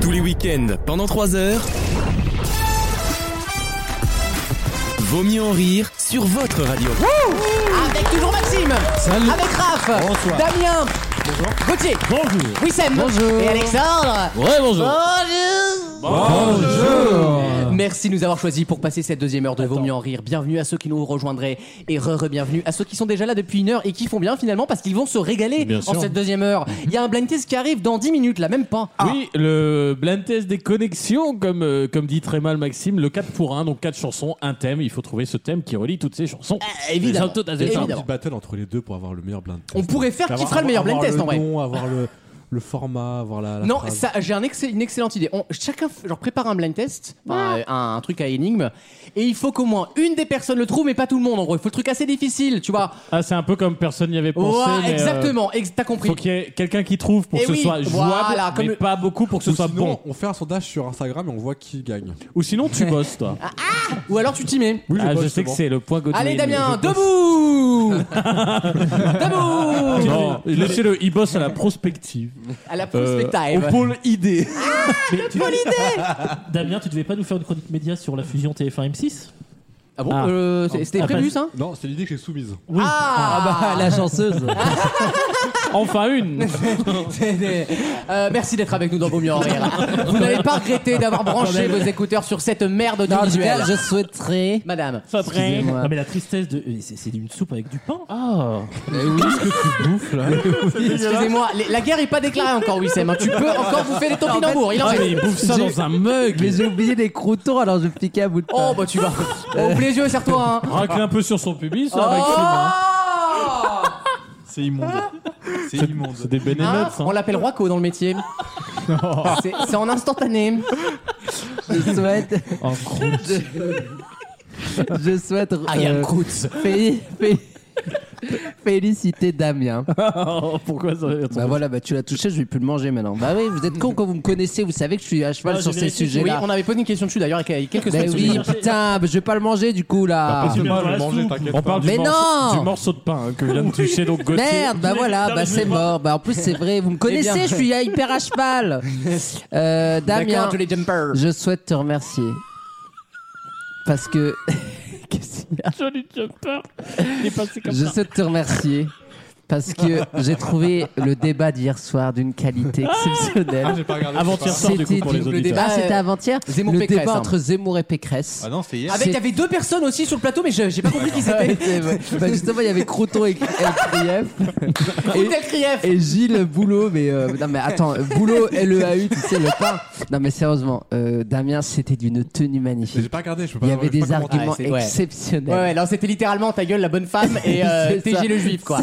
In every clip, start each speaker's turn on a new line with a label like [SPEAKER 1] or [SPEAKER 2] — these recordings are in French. [SPEAKER 1] Tous les week-ends, pendant 3 heures. Vaut mieux en rire sur votre radio.
[SPEAKER 2] Avec toujours Maxime.
[SPEAKER 3] Salut.
[SPEAKER 2] Avec Raph.
[SPEAKER 3] Bonsoir.
[SPEAKER 2] Damien. Gauthier.
[SPEAKER 3] Bonjour.
[SPEAKER 2] Wissem. Et Alexandre.
[SPEAKER 1] Ouais, bonjour.
[SPEAKER 2] Bonjour.
[SPEAKER 3] Bonjour.
[SPEAKER 2] Merci de nous avoir choisis pour passer cette deuxième heure de Vaut mieux en rire. Bienvenue à ceux qui nous rejoindraient et re-re-bienvenue à ceux qui sont déjà là depuis une heure et qui font bien finalement parce qu'ils vont se régaler
[SPEAKER 3] Bien
[SPEAKER 2] en
[SPEAKER 3] sûr.
[SPEAKER 2] cette deuxième heure. Il y a un blind test qui arrive dans 10 minutes là, même pas.
[SPEAKER 4] Oui, le blind test des connexions, comme, euh, comme dit très mal Maxime, le 4 pour 1, donc 4 chansons, un thème. Il faut trouver ce thème qui relie toutes ces chansons.
[SPEAKER 2] Ah, évidemment.
[SPEAKER 4] Les autres, t'as des
[SPEAKER 2] Évidemment.
[SPEAKER 4] femmes.
[SPEAKER 5] Une petite battle entre les deux pour avoir le meilleur blind test.
[SPEAKER 2] On pourrait faire qui
[SPEAKER 5] Avoir-
[SPEAKER 2] fera le meilleur blind
[SPEAKER 5] avoir
[SPEAKER 2] test en vrai.
[SPEAKER 5] Le nom, avoir le, le format, avoir la. la
[SPEAKER 2] Non,
[SPEAKER 5] phrase.
[SPEAKER 2] ça, j'ai un ex- une excellente idée. On, chacun f- genre, prépare un blind test, enfin, euh, un, un truc à énigme, et il faut qu'au moins une des personnes le trouve, mais pas tout le monde. En gros, il faut le truc assez difficile, tu vois.
[SPEAKER 4] Ah, c'est un peu comme personne n'y avait pensé.
[SPEAKER 2] Ouah,
[SPEAKER 4] mais, euh,
[SPEAKER 2] exactement, ex- t'as compris.
[SPEAKER 4] faut qu'il y ait quelqu'un qui trouve pour
[SPEAKER 2] Eh
[SPEAKER 4] que ce
[SPEAKER 2] oui,
[SPEAKER 4] soit jouable,
[SPEAKER 2] voilà, comme
[SPEAKER 4] mais
[SPEAKER 2] le-
[SPEAKER 4] pas beaucoup pour que ce
[SPEAKER 5] Ou
[SPEAKER 4] soit
[SPEAKER 5] sinon,
[SPEAKER 4] bon.
[SPEAKER 5] On fait un sondage sur Instagram et on voit qui gagne.
[SPEAKER 4] Ou sinon, tu bosses, toi.
[SPEAKER 2] Ou alors tu t'y mets.
[SPEAKER 5] Oui,
[SPEAKER 4] Ah, je sais que c'est le point Godwin.
[SPEAKER 2] Ah. Allez, Damien, debout
[SPEAKER 5] Euh,
[SPEAKER 2] Debout
[SPEAKER 4] Non, laissez-le, il bosse à la prospective.
[SPEAKER 2] À la
[SPEAKER 4] Euh,
[SPEAKER 2] prospective.
[SPEAKER 4] au pôle idée.
[SPEAKER 6] Damien, tu devais pas nous faire une chronique média sur la fusion TF1-M6
[SPEAKER 2] Ah bon
[SPEAKER 4] Ah.
[SPEAKER 2] euh, c'est- C'était
[SPEAKER 6] Ah,
[SPEAKER 2] prévu,
[SPEAKER 6] pas-
[SPEAKER 2] ça
[SPEAKER 5] Non, c'est l'idée que j'ai soumise.
[SPEAKER 6] Oui.
[SPEAKER 2] Ah,
[SPEAKER 3] la chanceuse.
[SPEAKER 4] Enfin une.
[SPEAKER 2] Euh, Merci d'être avec nous dans Vaut mieux en rire. Vous n'allez pas regretter d'avoir branché vos écouteurs sur cette merde
[SPEAKER 3] En tout cas,
[SPEAKER 2] audiovisuelle.
[SPEAKER 3] Ah, je souhaiterais
[SPEAKER 2] Madame.
[SPEAKER 6] Non, mais la tristesse de. euh, C'est c'est une soupe avec du pain.
[SPEAKER 4] Ah.
[SPEAKER 3] hein.
[SPEAKER 2] Excusez-moi, les- la guerre est pas déclarée encore, Wissem. hein. Tu peux encore vous faire des topinambours. Il en
[SPEAKER 4] Ah, mais
[SPEAKER 2] reste.
[SPEAKER 4] il bouffe ça dans un mug.
[SPEAKER 3] Mais j'ai oublié des croutons, alors je piquais à bout de pain.
[SPEAKER 2] Oh, bah tu vas.
[SPEAKER 3] Euh.
[SPEAKER 2] Ouvre les yeux, serre-toi. hein.
[SPEAKER 4] Racle un peu sur son pubis, ça,
[SPEAKER 2] Ah.
[SPEAKER 4] Maxime. hein.
[SPEAKER 2] Oh
[SPEAKER 7] C'est immonde. C'est immonde.
[SPEAKER 4] C'est des
[SPEAKER 2] Hein,
[SPEAKER 4] bénénotes.
[SPEAKER 2] on l'appelle Rocco dans le métier. C'est c'est en instantané.
[SPEAKER 3] je souhaite...
[SPEAKER 7] hein,
[SPEAKER 3] je... je souhaite... euh,
[SPEAKER 2] Croots.
[SPEAKER 3] fé- fé- Féliciter Damien.
[SPEAKER 4] Pourquoi ça
[SPEAKER 3] Bah voilà, bah tu l'as touché, je vais plus le manger maintenant. Bah oui, vous êtes con quand vous me connaissez, vous savez que je suis à cheval
[SPEAKER 6] Ah,
[SPEAKER 3] sur
[SPEAKER 6] j'ai
[SPEAKER 3] ces
[SPEAKER 6] vérifié.
[SPEAKER 2] Oui,
[SPEAKER 3] sujets-là.
[SPEAKER 2] on avait posé une question dessus d'ailleurs avec- avec quelques
[SPEAKER 3] Bah
[SPEAKER 2] semaines.
[SPEAKER 3] oui, putain, bah je vais pas le manger du coup là.
[SPEAKER 4] Bah,
[SPEAKER 6] Tu viens
[SPEAKER 7] Thomas,
[SPEAKER 6] de
[SPEAKER 7] je
[SPEAKER 6] la
[SPEAKER 7] vais manger,
[SPEAKER 6] soupe.
[SPEAKER 7] t'inquiète.
[SPEAKER 4] On
[SPEAKER 7] pas.
[SPEAKER 4] parle du,
[SPEAKER 3] Mais
[SPEAKER 4] morceau,
[SPEAKER 3] non
[SPEAKER 4] du morceau de pain hein, que vient de toucher donc Gauthier.
[SPEAKER 3] Merde, bah
[SPEAKER 6] Je l'ai-
[SPEAKER 3] voilà,
[SPEAKER 6] non,
[SPEAKER 3] bah
[SPEAKER 6] mais je
[SPEAKER 3] c'est
[SPEAKER 6] l'ai pas.
[SPEAKER 3] mort. Bah en plus c'est vrai, vous me connaissez, je suis hyper à cheval. Euh, Damien,
[SPEAKER 2] Damien, les jumpers.
[SPEAKER 3] je souhaite te remercier parce que Qu'est-ce qu'il y a
[SPEAKER 4] Johnny Jumper. Il est passé comme
[SPEAKER 3] je
[SPEAKER 4] ça.
[SPEAKER 3] souhaite te remercier parce que j'ai trouvé le débat d'hier soir d'une qualité
[SPEAKER 7] Ah,
[SPEAKER 3] exceptionnelle.
[SPEAKER 7] j'ai pas regardé.
[SPEAKER 4] Avant-hier soir du coup pour les
[SPEAKER 3] du- le
[SPEAKER 4] auditeurs.
[SPEAKER 3] débat,
[SPEAKER 2] Ah,
[SPEAKER 3] c'était
[SPEAKER 2] euh,
[SPEAKER 3] avant-hier.
[SPEAKER 2] Zemmour
[SPEAKER 3] le
[SPEAKER 2] Pécresse,
[SPEAKER 3] débat
[SPEAKER 2] hein.
[SPEAKER 3] entre Zemmour et Pécresse.
[SPEAKER 7] Ah non, c'est hier.
[SPEAKER 2] Avec, il y avait deux personnes aussi sur le plateau, mais je- j'ai pas compris qui
[SPEAKER 4] Ah.
[SPEAKER 2] c'était.
[SPEAKER 3] C'est vrai. Bah, justement, il y avait Croton et, et Krief. Et-
[SPEAKER 2] Hôtel Krief.
[SPEAKER 3] Et Gilles Boulot, mais euh, non mais attends, euh, Boulot LEAU, tu sais le pain. Non mais sérieusement, euh, Damien, c'était d'une tenue
[SPEAKER 5] Mais j'ai
[SPEAKER 3] magnifique.
[SPEAKER 5] pas regardé, je peux pas.
[SPEAKER 3] Il y avait
[SPEAKER 5] je peux
[SPEAKER 3] des
[SPEAKER 5] pas commenter.
[SPEAKER 3] arguments
[SPEAKER 2] Ouais, c'est- ouais. Ouais,
[SPEAKER 3] exceptionnels.
[SPEAKER 2] ouais, là c'était littéralement ta gueule, la bonne femme, et euh,
[SPEAKER 3] C'est ça.
[SPEAKER 2] TG le juif, quoi.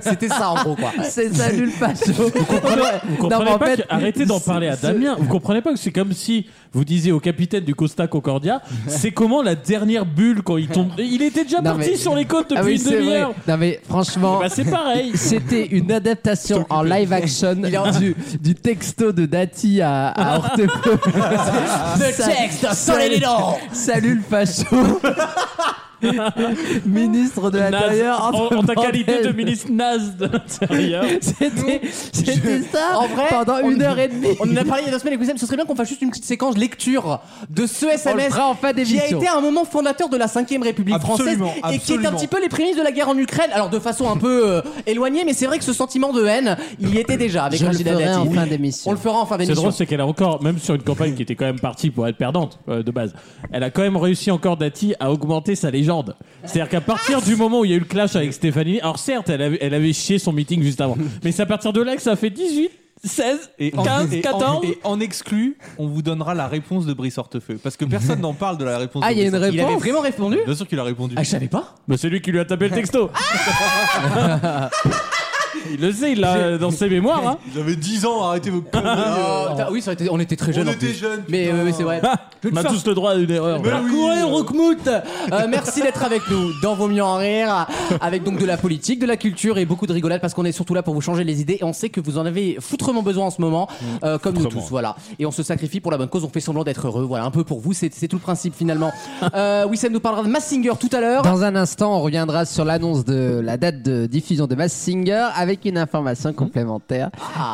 [SPEAKER 2] C'était ça en gros, quoi.
[SPEAKER 3] C'est ça, nul facho.
[SPEAKER 4] Vous comprenez
[SPEAKER 3] mais en
[SPEAKER 4] pas
[SPEAKER 3] fait,
[SPEAKER 4] que- arrêtez d'en parler à
[SPEAKER 3] ce-
[SPEAKER 4] Damien. Vous comprenez pas que c'est comme si vous disiez au capitaine du Costa Concordia, c'est comment la dernière bulle quand il tombe. Il était déjà
[SPEAKER 3] Non,
[SPEAKER 4] parti
[SPEAKER 3] mais-
[SPEAKER 4] sur les côtes depuis
[SPEAKER 3] Ah oui,
[SPEAKER 4] une
[SPEAKER 3] c'est vrai.
[SPEAKER 4] demi-heure.
[SPEAKER 3] Non mais franchement,
[SPEAKER 4] Bah c'est pareil.
[SPEAKER 3] c'était une adaptation en live action du, du texto de Dati à, à Hortefeux.
[SPEAKER 2] Le texte sans les dents.
[SPEAKER 3] Salut le facho. Ministre de
[SPEAKER 4] Naze.
[SPEAKER 3] l'Intérieur.
[SPEAKER 4] En,
[SPEAKER 3] entre
[SPEAKER 4] en ta qualité
[SPEAKER 3] parenthèses.
[SPEAKER 4] de ministre naze de l'intérieur.
[SPEAKER 3] C'était c'était ça
[SPEAKER 2] En vrai,
[SPEAKER 3] pendant
[SPEAKER 2] on-
[SPEAKER 3] une heure et demie.
[SPEAKER 2] On en a parlé il y a deux semaines avec Wissem, ce serait bien qu'on fasse juste une petite séquence lecture de
[SPEAKER 3] Oh,
[SPEAKER 2] ce SMS
[SPEAKER 3] fera en fin
[SPEAKER 2] qui a
[SPEAKER 3] d'émission.
[SPEAKER 2] été un moment fondateur de la 5 République française
[SPEAKER 7] Absolument,
[SPEAKER 2] et qui est un
[SPEAKER 7] absolument.
[SPEAKER 2] petit peu les prémices de la guerre en Ukraine, alors de façon un peu euh, éloignée, mais c'est vrai que ce sentiment de haine, il y était déjà avec
[SPEAKER 3] Je le
[SPEAKER 2] Rachida
[SPEAKER 3] ferai
[SPEAKER 2] Dati.
[SPEAKER 3] en fin
[SPEAKER 2] On
[SPEAKER 3] d'émission.
[SPEAKER 2] le fera en fin
[SPEAKER 4] C'est
[SPEAKER 2] d'émission.
[SPEAKER 4] drôle, c'est qu'elle a encore, même sur une campagne qui était quand même partie pour être perdante euh, de base, elle a quand même réussi encore Dati à augmenter sa légende. C'est-à-dire qu'à partir du moment où il y a eu le clash avec Stéphanie, alors certes, elle avait, elle avait chié son meeting juste avant, mais c'est à partir de là que ça fait 18, 16,
[SPEAKER 7] Et
[SPEAKER 4] 15,
[SPEAKER 7] et
[SPEAKER 4] 14.
[SPEAKER 7] et en exclu, on vous donnera la réponse de Brice Hortefeux. Parce que personne n'en parle de la réponse
[SPEAKER 3] Ah,
[SPEAKER 7] de
[SPEAKER 3] il y a
[SPEAKER 7] Brice
[SPEAKER 3] une
[SPEAKER 7] Hortefeux.
[SPEAKER 2] Il avait
[SPEAKER 3] réponse.
[SPEAKER 2] vraiment répondu
[SPEAKER 7] Bien sûr qu'il a répondu.
[SPEAKER 2] Ah, je savais pas.
[SPEAKER 4] Bah, c'est lui qui lui a tapé le texto.
[SPEAKER 7] Ah
[SPEAKER 4] il le sait, il l'a dans ses mémoires. hein.
[SPEAKER 7] Il avait 10 ans, arrêtez vos
[SPEAKER 5] hein.
[SPEAKER 7] conneries.
[SPEAKER 2] Oh, putain, oui, ça a été- on était très jeunes. en
[SPEAKER 7] était
[SPEAKER 2] plus.
[SPEAKER 7] jeunes,
[SPEAKER 2] Mais
[SPEAKER 7] putain.
[SPEAKER 2] euh, oui, c'est vrai. Je vais
[SPEAKER 4] On
[SPEAKER 2] te
[SPEAKER 4] a
[SPEAKER 2] faire
[SPEAKER 4] tous le droit à une erreur.
[SPEAKER 7] Mais oui.
[SPEAKER 2] Parcourez Roquemout Bah, Euh, Merci d'être avec nous dans Vos mieux en rire, avec donc de la politique, de la culture et beaucoup de rigolade parce qu'on est surtout là pour vous changer les idées et on sait que vous en avez foutrement besoin en ce moment, euh, comme nous tous, voilà. Et on se sacrifie pour la bonne cause, on fait semblant d'être heureux, voilà, un peu pour vous, c'est c'est tout le principe finalement. Euh, Wissem nous parlera de Massinger tout à l'heure.
[SPEAKER 3] Dans un instant, on reviendra sur l'annonce de la date de diffusion de Mass Singer avec avec une information complémentaire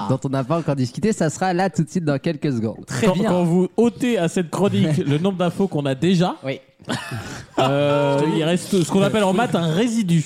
[SPEAKER 3] dont on n'a pas encore discuté. Ça sera là tout de suite dans quelques secondes.
[SPEAKER 4] quand, quand vous ôtez à cette chronique le nombre d'infos qu'on a déjà,
[SPEAKER 2] Oui.
[SPEAKER 4] euh, il reste ce qu'on appelle en maths un résidu.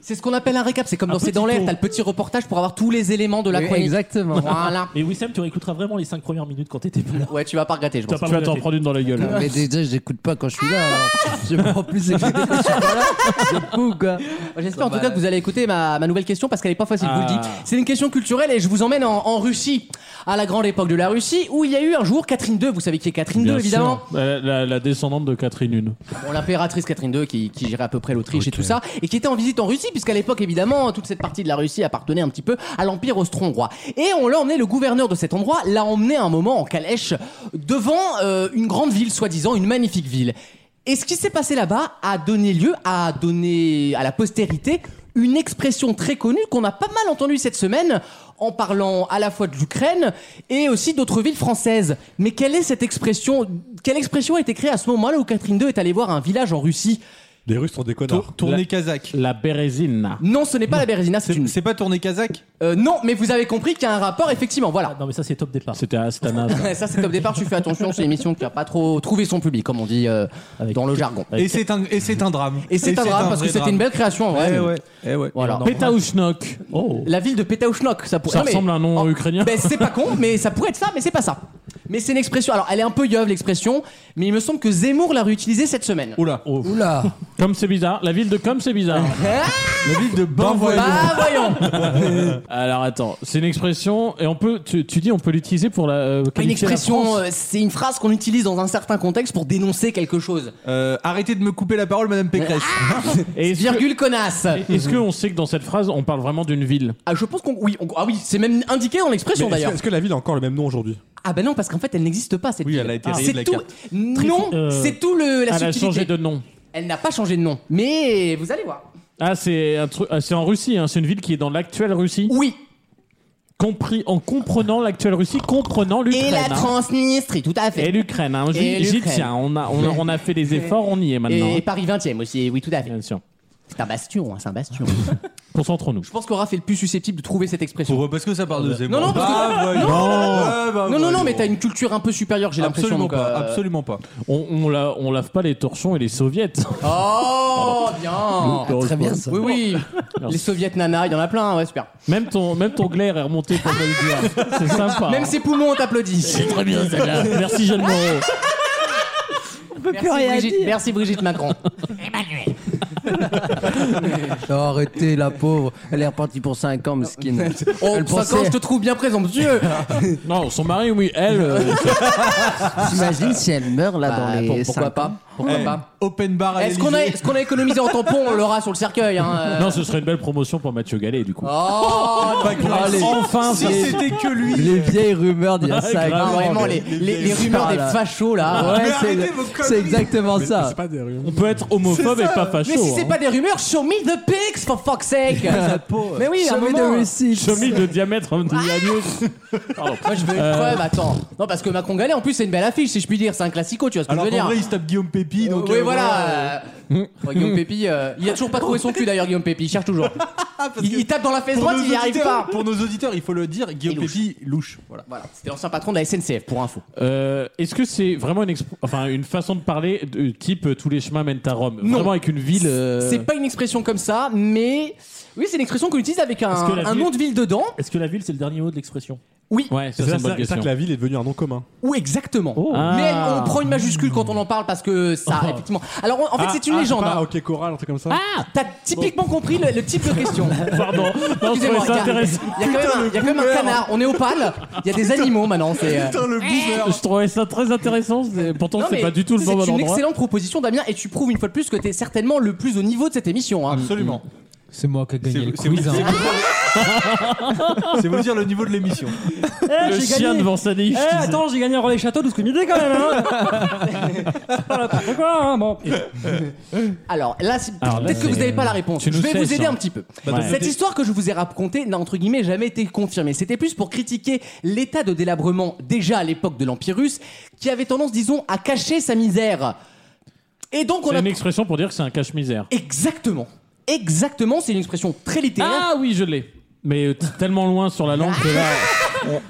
[SPEAKER 2] C'est ce qu'on appelle un récap. C'est comme
[SPEAKER 6] Un
[SPEAKER 2] dans C'est dans
[SPEAKER 6] petit
[SPEAKER 2] l'air.
[SPEAKER 6] pot.
[SPEAKER 2] T'as le petit reportage pour avoir tous les éléments de la
[SPEAKER 3] Oui,
[SPEAKER 2] chronique.
[SPEAKER 3] exactement.
[SPEAKER 2] Voilà.
[SPEAKER 6] Mais Wissem, tu réécouteras vraiment les 5 premières minutes quand t'étais pas là.
[SPEAKER 2] Ouais, tu vas pas regretter, je pense.
[SPEAKER 6] pas
[SPEAKER 4] Tu vas t'en
[SPEAKER 6] regretté.
[SPEAKER 4] prendre une dans la gueule.
[SPEAKER 2] Euh,
[SPEAKER 3] Mais déjà, je n'écoute pas quand je suis là. alors. Je me prends plus écouter quand je suis pas là. C'est fou, quoi.
[SPEAKER 2] J'espère en tout cas que vous allez écouter ma, ma nouvelle question parce qu'elle est pas facile, je vous le dis.
[SPEAKER 4] Ah.
[SPEAKER 2] C'est une question culturelle et je vous emmène en, en Russie, à la grande époque de la Russie, où il y a eu un jour Catherine II. Vous savez qui est Catherine
[SPEAKER 4] Bien
[SPEAKER 2] II, évidemment.
[SPEAKER 4] sûr. La, la- la descendante de Catherine Une.
[SPEAKER 2] Bon, l'impératrice Catherine II qui, qui gérait à peu près l'Autriche et tout ça, et qui était en visite en Russie, puisqu'à l'époque, évidemment, toute cette partie de la Russie appartenait un petit peu à l'Empire austro-hongrois. Et on l'a emmené, le gouverneur de cet endroit l'a emmené un moment en calèche devant euh, une grande ville, soi-disant une magnifique ville. Et ce qui s'est passé là-bas a donné lieu à donner à la postérité une expression très connue qu'on a pas mal entendue cette semaine en parlant à la fois de l'Ukraine et aussi d'autres villes françaises. Mais quelle est cette expression Quelle expression a été créée à ce moment-là où Catherine II est allée voir un village en Russie
[SPEAKER 5] Les Russes sont des connards.
[SPEAKER 7] Tournée kazakh.
[SPEAKER 4] La Bérésina.
[SPEAKER 2] Non, ce n'est pas la Bérésina, c'est
[SPEAKER 7] C'est
[SPEAKER 2] une...
[SPEAKER 7] c'est pas tournée kazakh
[SPEAKER 2] Euh, non, mais vous avez compris qu'il y a un rapport, effectivement, voilà.
[SPEAKER 6] Non, mais ça, c'est top départ.
[SPEAKER 4] C'était à Astana. ça.
[SPEAKER 2] Ça, c'est top départ, tu fais attention, c'est une émission qui n'a pas trop trouvé son public, comme on dit euh,
[SPEAKER 6] Avec-
[SPEAKER 2] dans le jargon.
[SPEAKER 7] Et c'est un, et c'est un drame.
[SPEAKER 2] Et c'est un drame, parce que
[SPEAKER 7] vrai
[SPEAKER 2] c'était une
[SPEAKER 7] drame.
[SPEAKER 2] belle création, en vrai.
[SPEAKER 7] Eh
[SPEAKER 2] mais-
[SPEAKER 7] ouais, eh ouais.
[SPEAKER 2] Voilà.
[SPEAKER 4] Pétaouchnok.
[SPEAKER 6] Oh.
[SPEAKER 2] La ville de Pétaouchnok, ça pourrait.
[SPEAKER 4] Ça
[SPEAKER 2] Non, mais-
[SPEAKER 4] ressemble à un nom ukrainien.
[SPEAKER 2] Ben, c'est pas con, mais ça pourrait être ça, mais c'est pas ça. Mais c'est une expression. Alors, elle est un peu yeuve l'expression, mais il me semble que Zemmour l'a réutilisée cette semaine.
[SPEAKER 7] Oula.
[SPEAKER 3] Oula.
[SPEAKER 4] Comme c'est bizarre. La ville de Comme c'est bizarre.
[SPEAKER 7] La ville de
[SPEAKER 2] Hein Bah
[SPEAKER 7] Benvoyant.
[SPEAKER 2] voyons.
[SPEAKER 4] Euh, Alors attends, c'est une expression et on peut. Tu, tu dis on peut l'utiliser pour la. euh,
[SPEAKER 2] Une
[SPEAKER 4] qualifier la
[SPEAKER 2] expression,
[SPEAKER 4] France
[SPEAKER 2] euh, c'est une phrase qu'on utilise dans un certain contexte pour dénoncer quelque chose.
[SPEAKER 7] Euh, arrêtez de me couper la parole, Madame Pécresse.
[SPEAKER 4] Et est-ce que-
[SPEAKER 2] euh, Virgule connasse.
[SPEAKER 4] Est-ce qu'on sait que dans cette phrase on parle vraiment d'une ville
[SPEAKER 2] Ah, je pense qu'on. Oui, on- ah oui, c'est même indiqué dans
[SPEAKER 5] Mais
[SPEAKER 2] l'expression
[SPEAKER 5] Est-ce
[SPEAKER 2] d'ailleurs.
[SPEAKER 5] que- est-ce que la ville a encore le même nom aujourd'hui
[SPEAKER 2] Ah ben non, parce qu'en fait, elle n'existe pas cette
[SPEAKER 7] Oui,
[SPEAKER 2] ville.
[SPEAKER 7] elle a été
[SPEAKER 2] Ah.
[SPEAKER 7] rayée de
[SPEAKER 2] C'est
[SPEAKER 7] la
[SPEAKER 2] tout.
[SPEAKER 7] carte.
[SPEAKER 2] Non,
[SPEAKER 6] Euh,
[SPEAKER 2] c'est tout le la
[SPEAKER 4] Elle a
[SPEAKER 2] subtilité.
[SPEAKER 4] changé de nom.
[SPEAKER 2] Elle n'a pas changé de nom, mais vous allez voir.
[SPEAKER 4] Ah c'est un truc. ah, c'est en Russie. hein, C'est une ville qui est dans l'actuelle Russie.
[SPEAKER 2] Oui,
[SPEAKER 4] Compris en comprenant l'actuelle Russie, comprenant l'Ukraine.
[SPEAKER 2] et la
[SPEAKER 4] hein.
[SPEAKER 2] Transnistrie, tout à fait.
[SPEAKER 4] Et l'Ukraine, hein.
[SPEAKER 2] Et
[SPEAKER 4] j'y j'y
[SPEAKER 2] l'Ukraine.
[SPEAKER 4] tiens, on a, on, a, on a fait des efforts, on y est maintenant. hein,
[SPEAKER 2] Et Paris 20 e aussi, oui, tout à fait.
[SPEAKER 4] Bien sûr.
[SPEAKER 2] C'est un bastion, hein, c'est un bastion.
[SPEAKER 4] Concentrons-nous.
[SPEAKER 2] Je pense qu'Raph est le plus susceptible de trouver cette expression.
[SPEAKER 7] Pourquoi Parce que ça parle de Zemmour.
[SPEAKER 2] Non, non, parce que-
[SPEAKER 7] Bah, voyons. Ouais, bah,
[SPEAKER 2] Non, non, non,
[SPEAKER 7] voyons.
[SPEAKER 2] mais t'as une culture un peu supérieure, j'ai l'impression.
[SPEAKER 7] Absolument
[SPEAKER 2] donc,
[SPEAKER 7] pas,
[SPEAKER 2] euh,
[SPEAKER 7] absolument pas.
[SPEAKER 4] On, on, la- on lave pas les torchons et les soviets.
[SPEAKER 2] Oh, bien
[SPEAKER 4] Très bien,
[SPEAKER 2] Oui, oui. Les soviets nana, il y en a plein, hein, ouais, super.
[SPEAKER 4] Même ton, même ton glaire est remonté pour me le dire. C'est sympa.
[SPEAKER 2] Même
[SPEAKER 4] hein.
[SPEAKER 2] ses poumons, on t'applaudit.
[SPEAKER 4] Très bien, celle-là. Merci, Jeanne Moreau.
[SPEAKER 2] Merci, Brigitte, merci, Brigitte Macron.
[SPEAKER 3] Oh, arrêtez, la pauvre. Elle est repartie pour 5 ans, mesquine.
[SPEAKER 2] Oh,
[SPEAKER 3] Elle
[SPEAKER 2] ça, quand
[SPEAKER 3] pensait-
[SPEAKER 2] je te trouve bien présomptueux.
[SPEAKER 4] Non, son mari, oui, elle. euh,
[SPEAKER 3] T'imagines si elle meurt là
[SPEAKER 2] Bah,
[SPEAKER 3] dans les.
[SPEAKER 2] pour-
[SPEAKER 3] cinq
[SPEAKER 2] pourquoi
[SPEAKER 3] ans
[SPEAKER 2] pas Pourquoi
[SPEAKER 7] Eh,
[SPEAKER 2] pas
[SPEAKER 7] Open bar à
[SPEAKER 2] Est-ce qu'on a,
[SPEAKER 7] l'Élysée.
[SPEAKER 2] est-ce qu'on a économisé en tampon, on l'aura sur le cercueil hein, euh.
[SPEAKER 4] Non, ce serait une belle promotion pour Mathieu Gallet, du coup.
[SPEAKER 2] Oh,
[SPEAKER 7] Pas grave. Ah,
[SPEAKER 2] allez.
[SPEAKER 4] Enfin,
[SPEAKER 7] Si
[SPEAKER 4] c'est-
[SPEAKER 7] c'était que lui.
[SPEAKER 3] Les vieilles rumeurs d'il y a
[SPEAKER 4] Ah,
[SPEAKER 3] 5
[SPEAKER 2] Ah,
[SPEAKER 4] grave.
[SPEAKER 3] ans.
[SPEAKER 2] vraiment, les, les-
[SPEAKER 7] les-
[SPEAKER 2] les
[SPEAKER 7] les-
[SPEAKER 2] rumeurs des
[SPEAKER 3] là.
[SPEAKER 2] fachos là. ouais.
[SPEAKER 3] Ouais, c'est-
[SPEAKER 7] arrêtez vos conneries.
[SPEAKER 3] c'est exactement
[SPEAKER 5] Mais- mais
[SPEAKER 3] ça.
[SPEAKER 5] C'est pas des rues.
[SPEAKER 4] on peut être homophobe et pas facho.
[SPEAKER 2] Mais si c'est
[SPEAKER 4] hein.
[SPEAKER 2] pas des rumeurs, show me the pics for fuck's sake! Mais oui, à un
[SPEAKER 3] Show me
[SPEAKER 2] moment-
[SPEAKER 3] the receipts.
[SPEAKER 4] Chemise de diamètre hein, de Milanius. Pardon.
[SPEAKER 2] Moi je veux
[SPEAKER 4] Euh.
[SPEAKER 2] une preuve, attends. Non, parce que Macron Gallet en plus c'est une belle affiche, si je puis dire, c'est un classico, tu vois ce que
[SPEAKER 7] Alors
[SPEAKER 2] je veux
[SPEAKER 7] qu'en
[SPEAKER 2] dire.
[SPEAKER 7] vrai, il se tape Guillaume Pépi.
[SPEAKER 2] Euh,
[SPEAKER 7] donc,
[SPEAKER 2] oui,
[SPEAKER 7] euh,
[SPEAKER 2] voilà. euh, ouais, Guillaume Pépi, euh, il a toujours pas trouvé son cul d'ailleurs, Guillaume Pépi, il cherche toujours. Il, il tape dans la fesse
[SPEAKER 7] Pour
[SPEAKER 2] droite,
[SPEAKER 7] nos
[SPEAKER 2] il y arrive
[SPEAKER 7] auditeurs-
[SPEAKER 2] pas.
[SPEAKER 7] Pour nos auditeurs, il faut le dire, Guillaume
[SPEAKER 2] Et louche.
[SPEAKER 7] Pépi, louche. Voilà.
[SPEAKER 2] Voilà, c'était l'ancien patron de la SNCF pour info.
[SPEAKER 4] Euh, Est-ce que c'est vraiment une, exp- enfin, une façon de parler de type euh, tous les chemins mènent à Rome
[SPEAKER 2] Non.
[SPEAKER 4] Vraiment avec une ville. euh,
[SPEAKER 2] C'est pas une expression comme ça, mais oui, c'est une expression qu'on utilise avec un,
[SPEAKER 6] que la
[SPEAKER 2] un
[SPEAKER 6] vie-
[SPEAKER 2] nom de ville dedans.
[SPEAKER 6] Est-ce que la ville, c'est le dernier mot de l'expression
[SPEAKER 2] Oui,
[SPEAKER 4] Ouais, ça,
[SPEAKER 5] C'est
[SPEAKER 4] c'est
[SPEAKER 5] ça,
[SPEAKER 4] une bonne
[SPEAKER 5] c'est ça
[SPEAKER 4] question.
[SPEAKER 5] que la ville est devenue un nom commun.
[SPEAKER 2] ou exactement.
[SPEAKER 4] Ah. Oh.
[SPEAKER 2] Mais on prend une majuscule quand on en parle parce que ça, effectivement. Alors en fait, c'est une légende.
[SPEAKER 5] Ah,
[SPEAKER 2] hein.
[SPEAKER 5] ok, Coral, un truc comme ça.
[SPEAKER 2] Ah, t'as typiquement compris le, le type de question.
[SPEAKER 4] Pardon, non, je trouvais
[SPEAKER 2] Excusez-moi,
[SPEAKER 4] ça
[SPEAKER 2] il y a-
[SPEAKER 4] intéressant.
[SPEAKER 2] il y a quand même, un- il y a quand même un canard, on est au pal, il y a des animaux maintenant. C'est, euh,
[SPEAKER 7] Putain, le boomer.
[SPEAKER 4] Je trouvais ça très intéressant. c'est- Pourtant,
[SPEAKER 2] non,
[SPEAKER 4] c'est
[SPEAKER 2] mais
[SPEAKER 4] pas du tout le
[SPEAKER 2] c'est
[SPEAKER 4] bon
[SPEAKER 2] une
[SPEAKER 4] endroit.
[SPEAKER 2] excellente proposition, Damien, et tu prouves une fois de plus que t'es certainement le plus au niveau de cette émission. hein.
[SPEAKER 7] Absolument.
[SPEAKER 8] C'est moi qui ai
[SPEAKER 7] C'est
[SPEAKER 8] gagné le
[SPEAKER 7] c'est vous,
[SPEAKER 8] quiz. hein.
[SPEAKER 7] c'est vous- c'est vous dire le niveau de l'émission.
[SPEAKER 4] Le
[SPEAKER 8] j'ai
[SPEAKER 4] chien
[SPEAKER 8] gagné.
[SPEAKER 4] devant sa niche.
[SPEAKER 8] Eh, attends, j'ai gagné un relais château de midi quand même. Hein voilà, n'importe quoi, hein, bon.
[SPEAKER 2] Alors là, c'est-
[SPEAKER 4] Alors là,
[SPEAKER 2] peut-être que vous
[SPEAKER 4] c'est-
[SPEAKER 2] n'avez pas la réponse.
[SPEAKER 4] tu
[SPEAKER 2] Je
[SPEAKER 4] nous
[SPEAKER 2] vais
[SPEAKER 4] sais,
[SPEAKER 2] vous aider
[SPEAKER 4] ça.
[SPEAKER 2] un petit peu.
[SPEAKER 4] Bah, donc,
[SPEAKER 2] Cette
[SPEAKER 4] t'es-
[SPEAKER 2] histoire que je vous ai racontée n'a entre guillemets jamais été confirmée. C'était plus pour critiquer l'état de délabrement déjà à l'époque de l'Empire russe, qui avait tendance, disons, à cacher sa misère. Et donc on
[SPEAKER 4] C'est
[SPEAKER 2] a
[SPEAKER 4] une expression pour dire que c'est un cache-misère.
[SPEAKER 2] exactement, exactement, c'est une expression très littéraire.
[SPEAKER 4] Ah oui, je l'ai. mais euh, t- tellement loin sur la langue que là,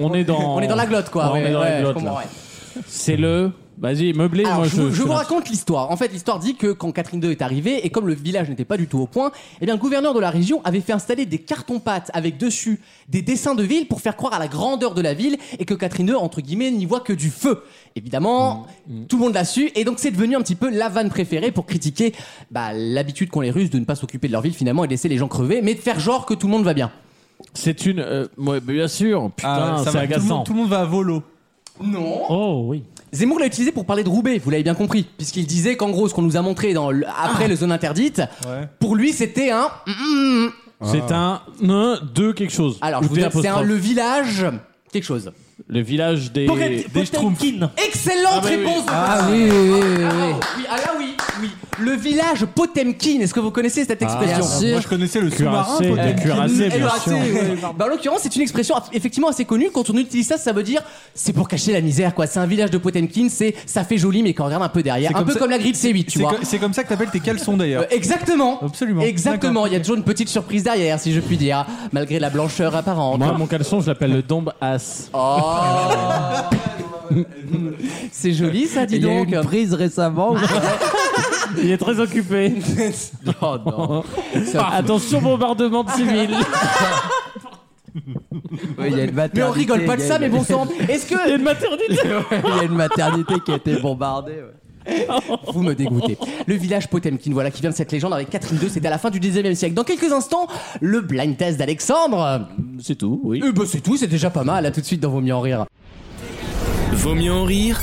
[SPEAKER 4] on, on est dans.
[SPEAKER 2] On est dans la glotte, quoi.
[SPEAKER 4] Ouais, on
[SPEAKER 2] Ouais,
[SPEAKER 4] est dans
[SPEAKER 2] ouais,
[SPEAKER 4] la
[SPEAKER 2] je
[SPEAKER 4] glotte,
[SPEAKER 2] comprends,
[SPEAKER 4] là.
[SPEAKER 2] ouais.
[SPEAKER 4] C'est le. Vas-y, meublé,
[SPEAKER 2] Alors,
[SPEAKER 4] moi
[SPEAKER 2] je,
[SPEAKER 4] je.
[SPEAKER 2] vous- je
[SPEAKER 4] je
[SPEAKER 2] vous
[SPEAKER 4] lance.
[SPEAKER 2] raconte l'histoire. En fait, l'histoire dit que quand Catherine II est arrivée et comme le village n'était pas du tout au point, eh bien, le gouverneur de la région avait fait installer des cartons-pâtes avec dessus des dessins de ville pour faire croire à la grandeur de la ville et que Catherine II, entre guillemets, n'y voit que du feu. Évidemment,
[SPEAKER 4] Mm,
[SPEAKER 2] tout le monde l'a su et donc c'est devenu un petit peu la vanne préférée pour critiquer bah, l'habitude qu'ont les Russes de ne pas s'occuper de leur ville finalement et de laisser les gens crever, mais de faire genre que tout le monde va bien.
[SPEAKER 4] C'est une. euh, ouais, bien sûr, putain,
[SPEAKER 7] Ah,
[SPEAKER 4] c'est
[SPEAKER 7] ça va, tout, le
[SPEAKER 4] agaçant.
[SPEAKER 7] monde, tout le monde va à volo.
[SPEAKER 2] Non
[SPEAKER 8] Oh oui.
[SPEAKER 2] Zemmour l'a utilisé pour parler de Roubaix, vous l'avez bien compris, puisqu'il disait qu'en gros, ce qu'on nous a montré dans le- après le zone interdite, pour lui, c'était un. mm,
[SPEAKER 7] Ah.
[SPEAKER 4] C'est un. Un, deux, quelque chose.
[SPEAKER 2] Alors,
[SPEAKER 4] Ou
[SPEAKER 2] je vous
[SPEAKER 4] des
[SPEAKER 2] donne, c'est un
[SPEAKER 4] apostrophes.
[SPEAKER 2] le village, quelque chose.
[SPEAKER 4] Le village des. des Schtroumpfs.
[SPEAKER 8] Potemkin.
[SPEAKER 2] Excellente
[SPEAKER 4] oui, oui.
[SPEAKER 2] réponse de
[SPEAKER 3] Ah
[SPEAKER 2] Vincent.
[SPEAKER 3] oui, oui, oui, oui,
[SPEAKER 2] Ah,
[SPEAKER 3] oui.
[SPEAKER 2] oui, ah là oui, oui. Le village Potemkin, est-ce que vous connaissez cette expression
[SPEAKER 3] bien sûr.
[SPEAKER 7] Moi, je connaissais le sous-marin.
[SPEAKER 4] Cuirassé,
[SPEAKER 7] Potemkin.
[SPEAKER 4] des cuirassés, bien
[SPEAKER 2] LRAC,
[SPEAKER 4] sûr.
[SPEAKER 2] ouais. Bah, en l'occurrence, c'est une expression effectivement assez connue. Quand on utilise ça, ça veut dire c'est pour cacher la misère, quoi. C'est un village de Potemkin, c'est ça fait joli, mais quand on regarde un peu derrière,
[SPEAKER 7] C'est
[SPEAKER 2] un
[SPEAKER 7] comme
[SPEAKER 2] peu
[SPEAKER 7] ça-
[SPEAKER 2] comme la grille de C8, tu
[SPEAKER 7] C'est
[SPEAKER 2] vois.
[SPEAKER 7] co- C'est comme ça que t'appelles tes caleçons
[SPEAKER 2] Euh,
[SPEAKER 7] d'ailleurs.
[SPEAKER 2] exactement.
[SPEAKER 7] Absolument.
[SPEAKER 2] Exactement. Il y a toujours une petite surprise derrière, si je puis dire, malgré la blancheur apparente.
[SPEAKER 4] Moi, mon caleçon, je l'appelle le Dombe As.
[SPEAKER 2] Oh. C'est joli ça, dis
[SPEAKER 3] Il y a eu
[SPEAKER 2] donc.
[SPEAKER 3] une prise récemment.
[SPEAKER 4] Il est très occupé.
[SPEAKER 2] Oh non.
[SPEAKER 4] Attention, bombardement de civils.
[SPEAKER 3] Ouais, Il y a une maternité.
[SPEAKER 2] Mais on rigole pas de
[SPEAKER 3] il y a
[SPEAKER 2] ça,
[SPEAKER 3] une-
[SPEAKER 2] mais bon sang. Est-ce que
[SPEAKER 3] Il y a une maternité qui a été bombardée. ouais.
[SPEAKER 2] vous me dégoûtez Le village Potemkin, voilà, qui vient de cette légende avec Catherine II, c'était à la fin du 19e siècle. Dans quelques instants, le blind test d'Alexandre.
[SPEAKER 4] C'est tout, oui.
[SPEAKER 2] Eh ben, c'est tout, c'est déjà pas mal. À tout de suite dans Vos mieux en rire.
[SPEAKER 1] Vaut mieux en rire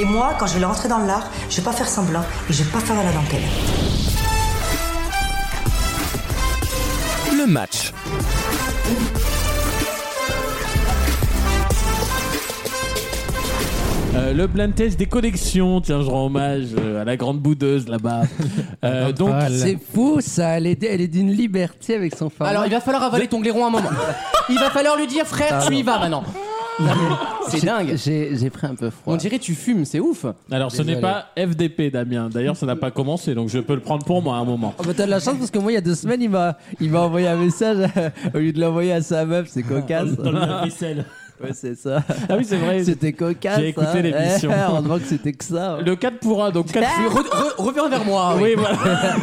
[SPEAKER 9] Et moi, quand je vais rentrer dans l'art, je vais pas faire semblant et je vais pas faire à la dentelle.
[SPEAKER 1] Le match.
[SPEAKER 4] Euh, le blind test des connexions. Tiens, je rends hommage euh, à la grande boudeuse là-bas. Euh, donc,
[SPEAKER 2] Ah
[SPEAKER 3] C'est fou ça. Elle est, elle est d'une liberté avec son phare.
[SPEAKER 2] Alors, il va falloir avaler ton glairon un moment. Il va falloir lui dire, frère, tu y vas maintenant. C'est dingue.
[SPEAKER 3] J'ai j'ai pris un peu froid.
[SPEAKER 2] On dirait tu fumes, c'est ouf.
[SPEAKER 4] alors ce n'est pas FDP, Damien. D'ailleurs, ça n'a pas commencé, donc je peux le prendre pour moi à un moment.
[SPEAKER 3] Oh bah t'as de la chance parce que moi il y a deux semaines il m'a il m'a envoyé un message euh, au lieu de l'envoyer à sa meuf c'est cocasse
[SPEAKER 8] Dans le vaisselle.
[SPEAKER 3] ouais c'est ça
[SPEAKER 4] Ah oui, c'est vrai.
[SPEAKER 3] c'était cocasse
[SPEAKER 4] J'ai écouté
[SPEAKER 3] hein.
[SPEAKER 4] l'émission.
[SPEAKER 3] Eh, on voit que c'était que ça hein.
[SPEAKER 4] Le 4 pour 1, donc 4
[SPEAKER 2] Tu re- re- reviens vers moi.
[SPEAKER 4] Oui, voilà.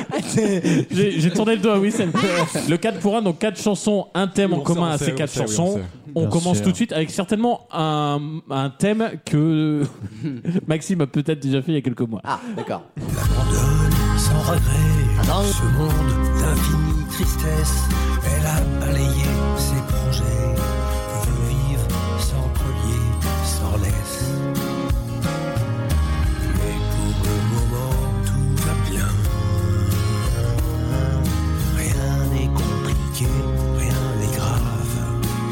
[SPEAKER 4] J'ai j'ai tourné le doigt, oui, c'est le 4 pour 1, donc 4 chansons, un thème en
[SPEAKER 5] on
[SPEAKER 4] commun
[SPEAKER 5] sait,
[SPEAKER 4] à
[SPEAKER 5] on
[SPEAKER 4] ces
[SPEAKER 5] sait,
[SPEAKER 4] 4
[SPEAKER 5] on sait,
[SPEAKER 4] chansons.
[SPEAKER 5] oui,
[SPEAKER 4] On,
[SPEAKER 5] Bien
[SPEAKER 4] commence
[SPEAKER 5] sûr.
[SPEAKER 4] tout de suite avec certainement un, un thème que Maxime a peut-être déjà fait il y a quelques mois.
[SPEAKER 2] Ah, d'accord.
[SPEAKER 10] sans regret ce monde d'infinie tristesse. Elle a balayé ses projets, veut vivre sans collier, sans laisse. Mais pour le moment, tout va bien. Rien n'est compliqué, rien n'est grave.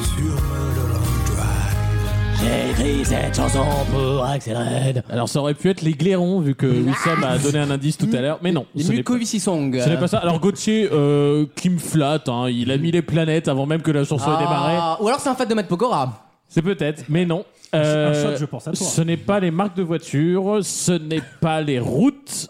[SPEAKER 10] Sur le long drive.
[SPEAKER 8] J'ai écrit cette chanson pour accélérer.
[SPEAKER 4] Alors ça aurait pu être les glairons vu que Wissam a donné un indice tout à l'heure, mais non.
[SPEAKER 2] Les
[SPEAKER 4] ce n'est pas-
[SPEAKER 2] Mukovici Song.
[SPEAKER 4] Ce n'est pas ça. Alors Gauthier, euh, qui me flatte, hein, il a mis les planètes avant même que la chanson ait démarré.
[SPEAKER 2] Ah, Ou alors c'est un fan de Matt Pokora.
[SPEAKER 4] C'est peut-être, mais non. Euh,
[SPEAKER 8] Un shot, je pense à toi.
[SPEAKER 4] Ce n'est pas les marques de voitures, ce n'est pas les routes.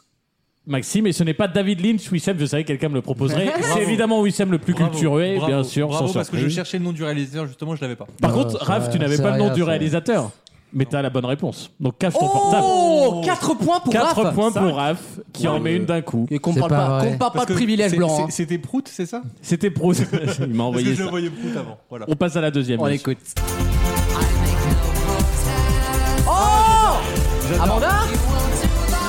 [SPEAKER 4] Maxime, et ce n'est pas David Lynch, Wissem, je savais que quelqu'un me le proposerait. C'est évidemment Wissem le plus culturé,
[SPEAKER 7] Bravo,
[SPEAKER 4] bien sûr,
[SPEAKER 7] Bravo,
[SPEAKER 4] sans
[SPEAKER 7] parce que je
[SPEAKER 4] surprise.
[SPEAKER 7] cherchais le nom du réalisateur, justement, je l'avais pas.
[SPEAKER 4] Par contre, Raph, tu n'avais
[SPEAKER 3] c'est
[SPEAKER 4] pas le nom
[SPEAKER 3] rien,
[SPEAKER 4] du
[SPEAKER 3] c'est
[SPEAKER 4] réalisateur, mais t'as la bonne réponse. Donc cache ton portable.
[SPEAKER 2] Oh 4 points pour
[SPEAKER 4] 4
[SPEAKER 2] Raph.
[SPEAKER 4] points pour Raph, qui en met une d'un coup.
[SPEAKER 2] Et qu'on
[SPEAKER 3] C'est
[SPEAKER 2] parle
[SPEAKER 3] pas
[SPEAKER 2] pas,
[SPEAKER 3] vrai.
[SPEAKER 2] qu'on parle pas
[SPEAKER 7] Parce
[SPEAKER 2] de
[SPEAKER 7] que
[SPEAKER 2] privilèges
[SPEAKER 7] c'est-
[SPEAKER 2] blancs.
[SPEAKER 7] c'est-
[SPEAKER 2] hein.
[SPEAKER 7] C'était Prout, c'est ça
[SPEAKER 4] C'était pro. Il m'a
[SPEAKER 7] Parce que
[SPEAKER 4] envoyé
[SPEAKER 7] je le
[SPEAKER 4] ça.
[SPEAKER 7] voyais Prout avant. Voilà.
[SPEAKER 4] On passe à la deuxième.
[SPEAKER 2] On
[SPEAKER 4] bien
[SPEAKER 2] écoute. Oh Amanda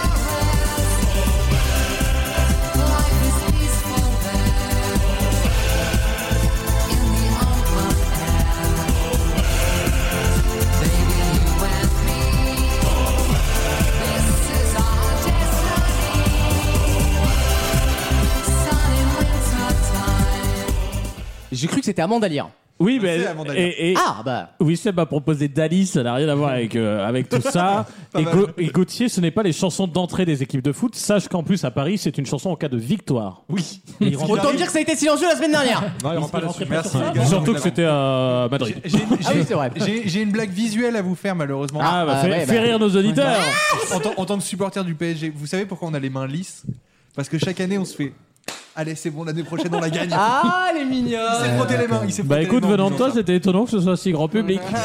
[SPEAKER 2] J'ai cru que c'était Amanda Lear.
[SPEAKER 4] Oui, mais.
[SPEAKER 7] avant d'ailleurs.
[SPEAKER 4] Et, et
[SPEAKER 2] Ah bah
[SPEAKER 4] Wissem a proposé Dali, ça n'a rien à voir avec, euh, avec tout ça. et, Go- et Gauthier, ce n'est pas les chansons d'entrée des équipes de foot. Sache qu'en plus, à Paris, c'est une chanson en cas de victoire.
[SPEAKER 7] Oui.
[SPEAKER 2] Autant dire que ça a été silencieux la semaine dernière
[SPEAKER 5] Non, il rentre pas là-dessus.
[SPEAKER 7] Merci. les gars.
[SPEAKER 4] Surtout que c'était à Madrid.
[SPEAKER 7] J'ai-
[SPEAKER 2] Ah oui
[SPEAKER 7] j'ai-
[SPEAKER 2] c'est vrai
[SPEAKER 7] J'ai j'ai une blague visuelle à vous faire, malheureusement.
[SPEAKER 4] Ah, bah,
[SPEAKER 2] ah,
[SPEAKER 4] fais,
[SPEAKER 2] ouais,
[SPEAKER 4] fais
[SPEAKER 2] bah.
[SPEAKER 4] rire nos auditeurs.
[SPEAKER 7] Ah, En, tant, en tant que supporter du PSG, vous savez pourquoi on a les mains lisses Parce que chaque année, on se fait
[SPEAKER 11] Allez, c'est bon, l'année prochaine, on la gagne.
[SPEAKER 2] Ah, les mignons
[SPEAKER 11] Il s'est frotté les mains, il s'est
[SPEAKER 4] Bah
[SPEAKER 11] frotté
[SPEAKER 4] écoute,
[SPEAKER 11] les mains en
[SPEAKER 4] venant de
[SPEAKER 11] disant
[SPEAKER 4] toi,
[SPEAKER 11] ça.
[SPEAKER 4] c'était étonnant que ce soit si grand public.
[SPEAKER 2] Ah.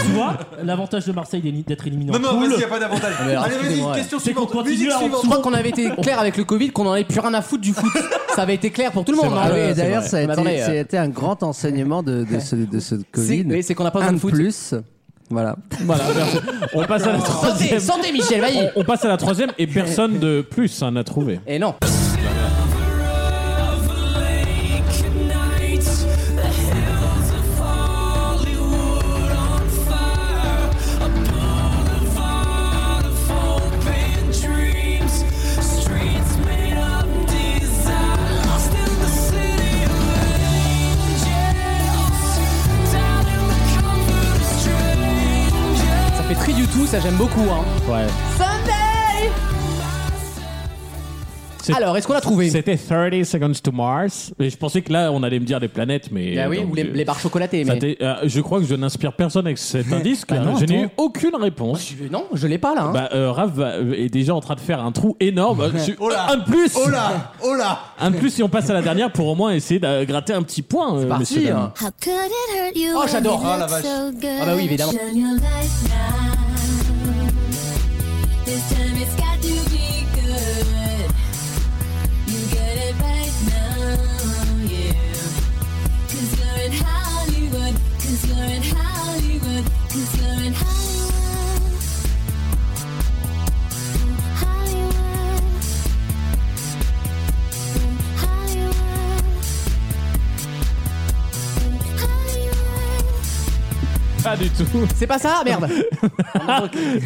[SPEAKER 6] tu vois, l'avantage de Marseille d'être d'être éliminé en
[SPEAKER 11] Non, non,
[SPEAKER 6] poule.
[SPEAKER 11] vas-y, y a pas d'avantage.
[SPEAKER 2] Ah, Mais alors,
[SPEAKER 11] Allez, vas-y,
[SPEAKER 2] excusez-moi,
[SPEAKER 11] question
[SPEAKER 6] C'est qu'on
[SPEAKER 11] suivante.
[SPEAKER 6] continue
[SPEAKER 11] Musique
[SPEAKER 6] à en
[SPEAKER 11] suivante.
[SPEAKER 2] Je crois qu'on avait été clair avec le Covid qu'on en avait plus rien à foutre du foot. Ça avait été clair pour tout le monde.
[SPEAKER 3] Ah
[SPEAKER 2] hein,
[SPEAKER 3] oui,
[SPEAKER 2] euh,
[SPEAKER 3] D'ailleurs,
[SPEAKER 2] c'est
[SPEAKER 3] ça a,
[SPEAKER 2] vrai.
[SPEAKER 3] été,
[SPEAKER 2] Mais attendez,
[SPEAKER 3] ça a été un grand enseignement de, de ce, de ce
[SPEAKER 2] euh, c'est-
[SPEAKER 3] Covid.
[SPEAKER 2] mais c'est qu'on n'a pas besoin
[SPEAKER 3] un
[SPEAKER 2] de
[SPEAKER 3] de
[SPEAKER 2] foot.
[SPEAKER 3] plus. Voilà.
[SPEAKER 4] Voilà, merci. on passe à la
[SPEAKER 2] Santé,
[SPEAKER 4] troisième.
[SPEAKER 2] santé, Michel,
[SPEAKER 4] On,
[SPEAKER 2] vas-y.
[SPEAKER 4] on passe à la troisième et personne de plus hein, n'a trouvé.
[SPEAKER 2] Et non. Ça fait très du tout, ça j'aime beaucoup. Hein.
[SPEAKER 4] Ouais. C'est-
[SPEAKER 2] Alors, est-ce qu'on l'a trouvé
[SPEAKER 4] C'était 30 Seconds to Mars. Et je pensais que là, on allait me dire les planètes, mais.
[SPEAKER 2] Ah oui,
[SPEAKER 4] donc,
[SPEAKER 2] ou les,
[SPEAKER 4] euh,
[SPEAKER 2] les barres chocolatées.
[SPEAKER 4] ça
[SPEAKER 2] Mais...
[SPEAKER 4] t'est- euh, je crois que je n'inspire personne avec cet indice,
[SPEAKER 2] Bah
[SPEAKER 4] car
[SPEAKER 6] non,
[SPEAKER 4] je n'ai eu
[SPEAKER 6] attends.
[SPEAKER 4] aucune réponse.
[SPEAKER 2] Je- Non, je l'ai pas là. hein.
[SPEAKER 4] Bah, euh, Raph va- euh, est déjà en train de faire un trou énorme. Euh, je- un de plus
[SPEAKER 11] Oh là, oh là.
[SPEAKER 4] Un de plus si on passe à la dernière pour au moins essayer de gratter un petit point. euh,
[SPEAKER 2] parti,
[SPEAKER 4] messieurs, dames.
[SPEAKER 2] hein.
[SPEAKER 12] Oh,
[SPEAKER 2] j'adore.
[SPEAKER 12] j'adore.
[SPEAKER 11] Ah, la vache.
[SPEAKER 12] Ah,
[SPEAKER 2] Ah bah oui, évidemment. hein.
[SPEAKER 4] Pas du tout.
[SPEAKER 2] C'est pas ça, merde.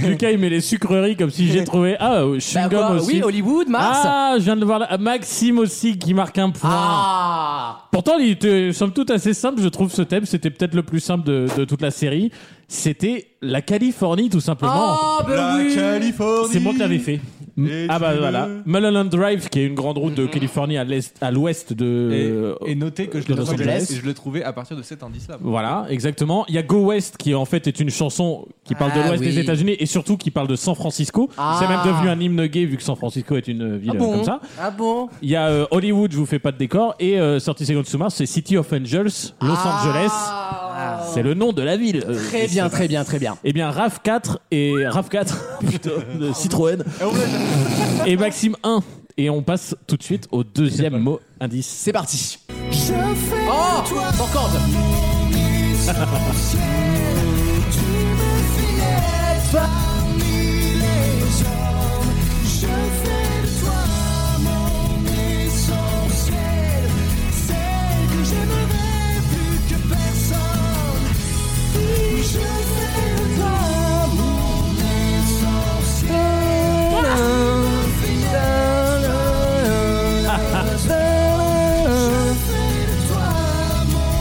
[SPEAKER 4] Lucas, il met les sucreries comme si j'ai trouvé. Ah, euh,
[SPEAKER 2] Bah,
[SPEAKER 4] chewing-gum
[SPEAKER 2] quoi,
[SPEAKER 4] aussi.
[SPEAKER 2] oui, Hollywood, Mars.
[SPEAKER 4] Ah, je viens de voir là. Maxime aussi qui marque un point.
[SPEAKER 2] Ah.
[SPEAKER 4] Pourtant, il était somme toute assez simple, je trouve ce thème. C'était peut-être le plus simple de, de toute la série. C'était la Californie, tout simplement.
[SPEAKER 2] Ah, bah
[SPEAKER 11] La
[SPEAKER 2] oui.
[SPEAKER 11] Californie.
[SPEAKER 4] C'est moi qui l'avais fait.
[SPEAKER 11] Et
[SPEAKER 4] ah bah
[SPEAKER 11] tu
[SPEAKER 4] voilà.
[SPEAKER 11] veux-
[SPEAKER 4] Mulholland Drive, qui est une grande route
[SPEAKER 2] Mm-hmm.
[SPEAKER 4] de Californie à l'est, à l'ouest
[SPEAKER 7] Et,
[SPEAKER 4] de. euh,
[SPEAKER 7] et notez que je
[SPEAKER 4] de
[SPEAKER 7] l'ai
[SPEAKER 4] Los
[SPEAKER 7] trouvé,
[SPEAKER 4] Angeles.
[SPEAKER 7] et je l'ai trouvé à partir de cet indice-là.
[SPEAKER 4] Voilà, exactement. Il y a Go West qui en fait est une chanson qui parle de
[SPEAKER 2] Ah
[SPEAKER 4] l'ouest
[SPEAKER 2] oui.
[SPEAKER 4] des États-Unis et surtout qui parle de San Francisco.
[SPEAKER 2] Ah.
[SPEAKER 4] C'est même devenu un hymne gay vu que San Francisco est une ville
[SPEAKER 2] Ah bon
[SPEAKER 4] euh, comme ça.
[SPEAKER 2] Ah bon
[SPEAKER 4] Il y a euh, Hollywood, je vous fais pas de décor, et euh, 30 Seconds to Mars, c'est City of Angels, Los Angeles.
[SPEAKER 2] Ah.
[SPEAKER 4] C'est le nom de la ville. Euh,
[SPEAKER 2] Très bien, très bien, très bien.
[SPEAKER 4] Eh bien, RAV 4 et RAV 4, putain, de Citroën, et Maxime 1. Et on passe tout de suite au deuxième mot indice.
[SPEAKER 2] C'est parti. Oh, sans corde.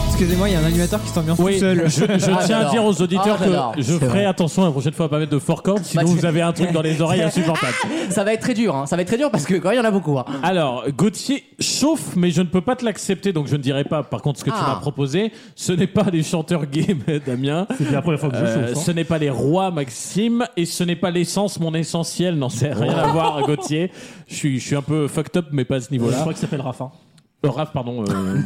[SPEAKER 8] Excusez-moi, il y a un animateur qui s'ambiance
[SPEAKER 4] Oui,
[SPEAKER 8] tout seul.
[SPEAKER 4] je, je
[SPEAKER 2] Ah,
[SPEAKER 4] tiens à
[SPEAKER 2] j'adore.
[SPEAKER 4] dire aux auditeurs
[SPEAKER 2] Ah, j'adore.
[SPEAKER 4] que je ferai attention la prochaine fois à pas mettre de four cordes, sinon
[SPEAKER 2] Bah, tu-
[SPEAKER 4] vous avez un truc dans les oreilles insupportable.
[SPEAKER 2] Ça va être très dur, hein. ça va être très dur parce que quand même, il y en a beaucoup. hein.
[SPEAKER 4] Alors, Gauthier chauffe, mais je ne peux pas te l'accepter, donc je ne dirai pas. Par contre, ce que tu
[SPEAKER 2] Ah.
[SPEAKER 4] m'as proposé, ce n'est pas les chanteurs gays, mais Damien.
[SPEAKER 6] C'est la première fois que je
[SPEAKER 4] Euh,
[SPEAKER 6] chauffe. hein.
[SPEAKER 4] ce n'est pas les rois, Maxime, et ce n'est pas l'essence, mon essentiel. Non, c'est rien à voir, Gauthier. Je suis, je suis un peu fucked up, mais pas à ce
[SPEAKER 6] hein. Je
[SPEAKER 4] niveau-là.
[SPEAKER 6] crois qu'il s'appelle Rafa.
[SPEAKER 4] Euh, Raph, pardon. euh,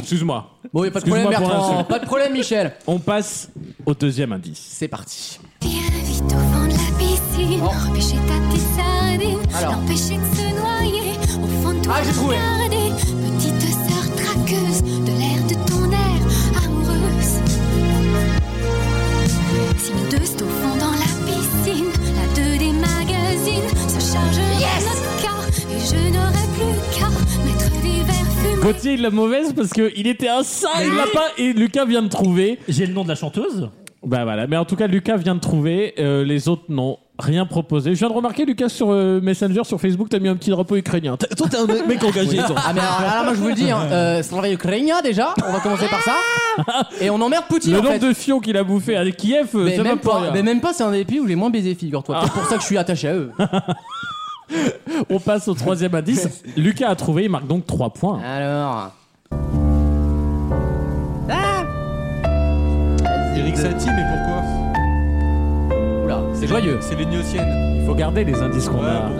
[SPEAKER 4] Excuse-moi.
[SPEAKER 2] Bon, y a pas de problème,
[SPEAKER 4] Excuse-moi pour
[SPEAKER 2] Bertrand.
[SPEAKER 4] l'insulte.
[SPEAKER 2] Pas de problème, Michel.
[SPEAKER 4] On passe au deuxième indice.
[SPEAKER 2] C'est parti.
[SPEAKER 12] Viens vite au fond de la piscine,
[SPEAKER 2] Oh.
[SPEAKER 12] empêcher ta petite sardine,
[SPEAKER 2] Alors.
[SPEAKER 12] l'empêcher de se noyer, au fond de toi
[SPEAKER 2] Ah, j'ai trouvé.
[SPEAKER 12] regarder, petite sœur traqueuse de l'air de ton air amoureuse. Si nous deux c'est au fond dans la piscine, la deux des magazines se charge de notre corps, et je n'aurai plus qu'à mettre des verres fumés.
[SPEAKER 4] Gauthier, il l'a mauvaise parce qu'il était un sale, il l'a pas, et Lucas vient de trouver.
[SPEAKER 6] J'ai le nom de la chanteuse.
[SPEAKER 4] Bah voilà, mais en tout cas, Lucas vient de trouver, euh, les autres n'ont rien proposé. Je viens de remarquer, Lucas, sur euh, Messenger, sur Facebook, t'as mis un petit drapeau ukrainien. T'as- Toi, t'es un mec engagé, toi.
[SPEAKER 2] Ah, mais alors là, moi je vous le dis, hein, euh, Slava Ukraina déjà, on va commencer par ça. Et on emmerde Poutine
[SPEAKER 4] Ah Le
[SPEAKER 2] en fait.
[SPEAKER 4] nombre de fions qu'il a bouffé à Kiev, euh,
[SPEAKER 2] Mais
[SPEAKER 4] ça va
[SPEAKER 2] même,
[SPEAKER 4] pas. Ah.
[SPEAKER 2] pas, mais même pas, c'est un des pays où les moins baisés, figure-toi. C'est pour ça que je suis attaché à eux.
[SPEAKER 4] On passe au troisième indice. Lucas a trouvé, il marque donc 3 points.
[SPEAKER 2] Alors.
[SPEAKER 7] Eric Satie, mais pourquoi
[SPEAKER 2] Oula, c'est joyeux.
[SPEAKER 7] C'est les Niociennes.
[SPEAKER 4] Il faut garder les indices qu'on a.
[SPEAKER 7] Ouais, bon,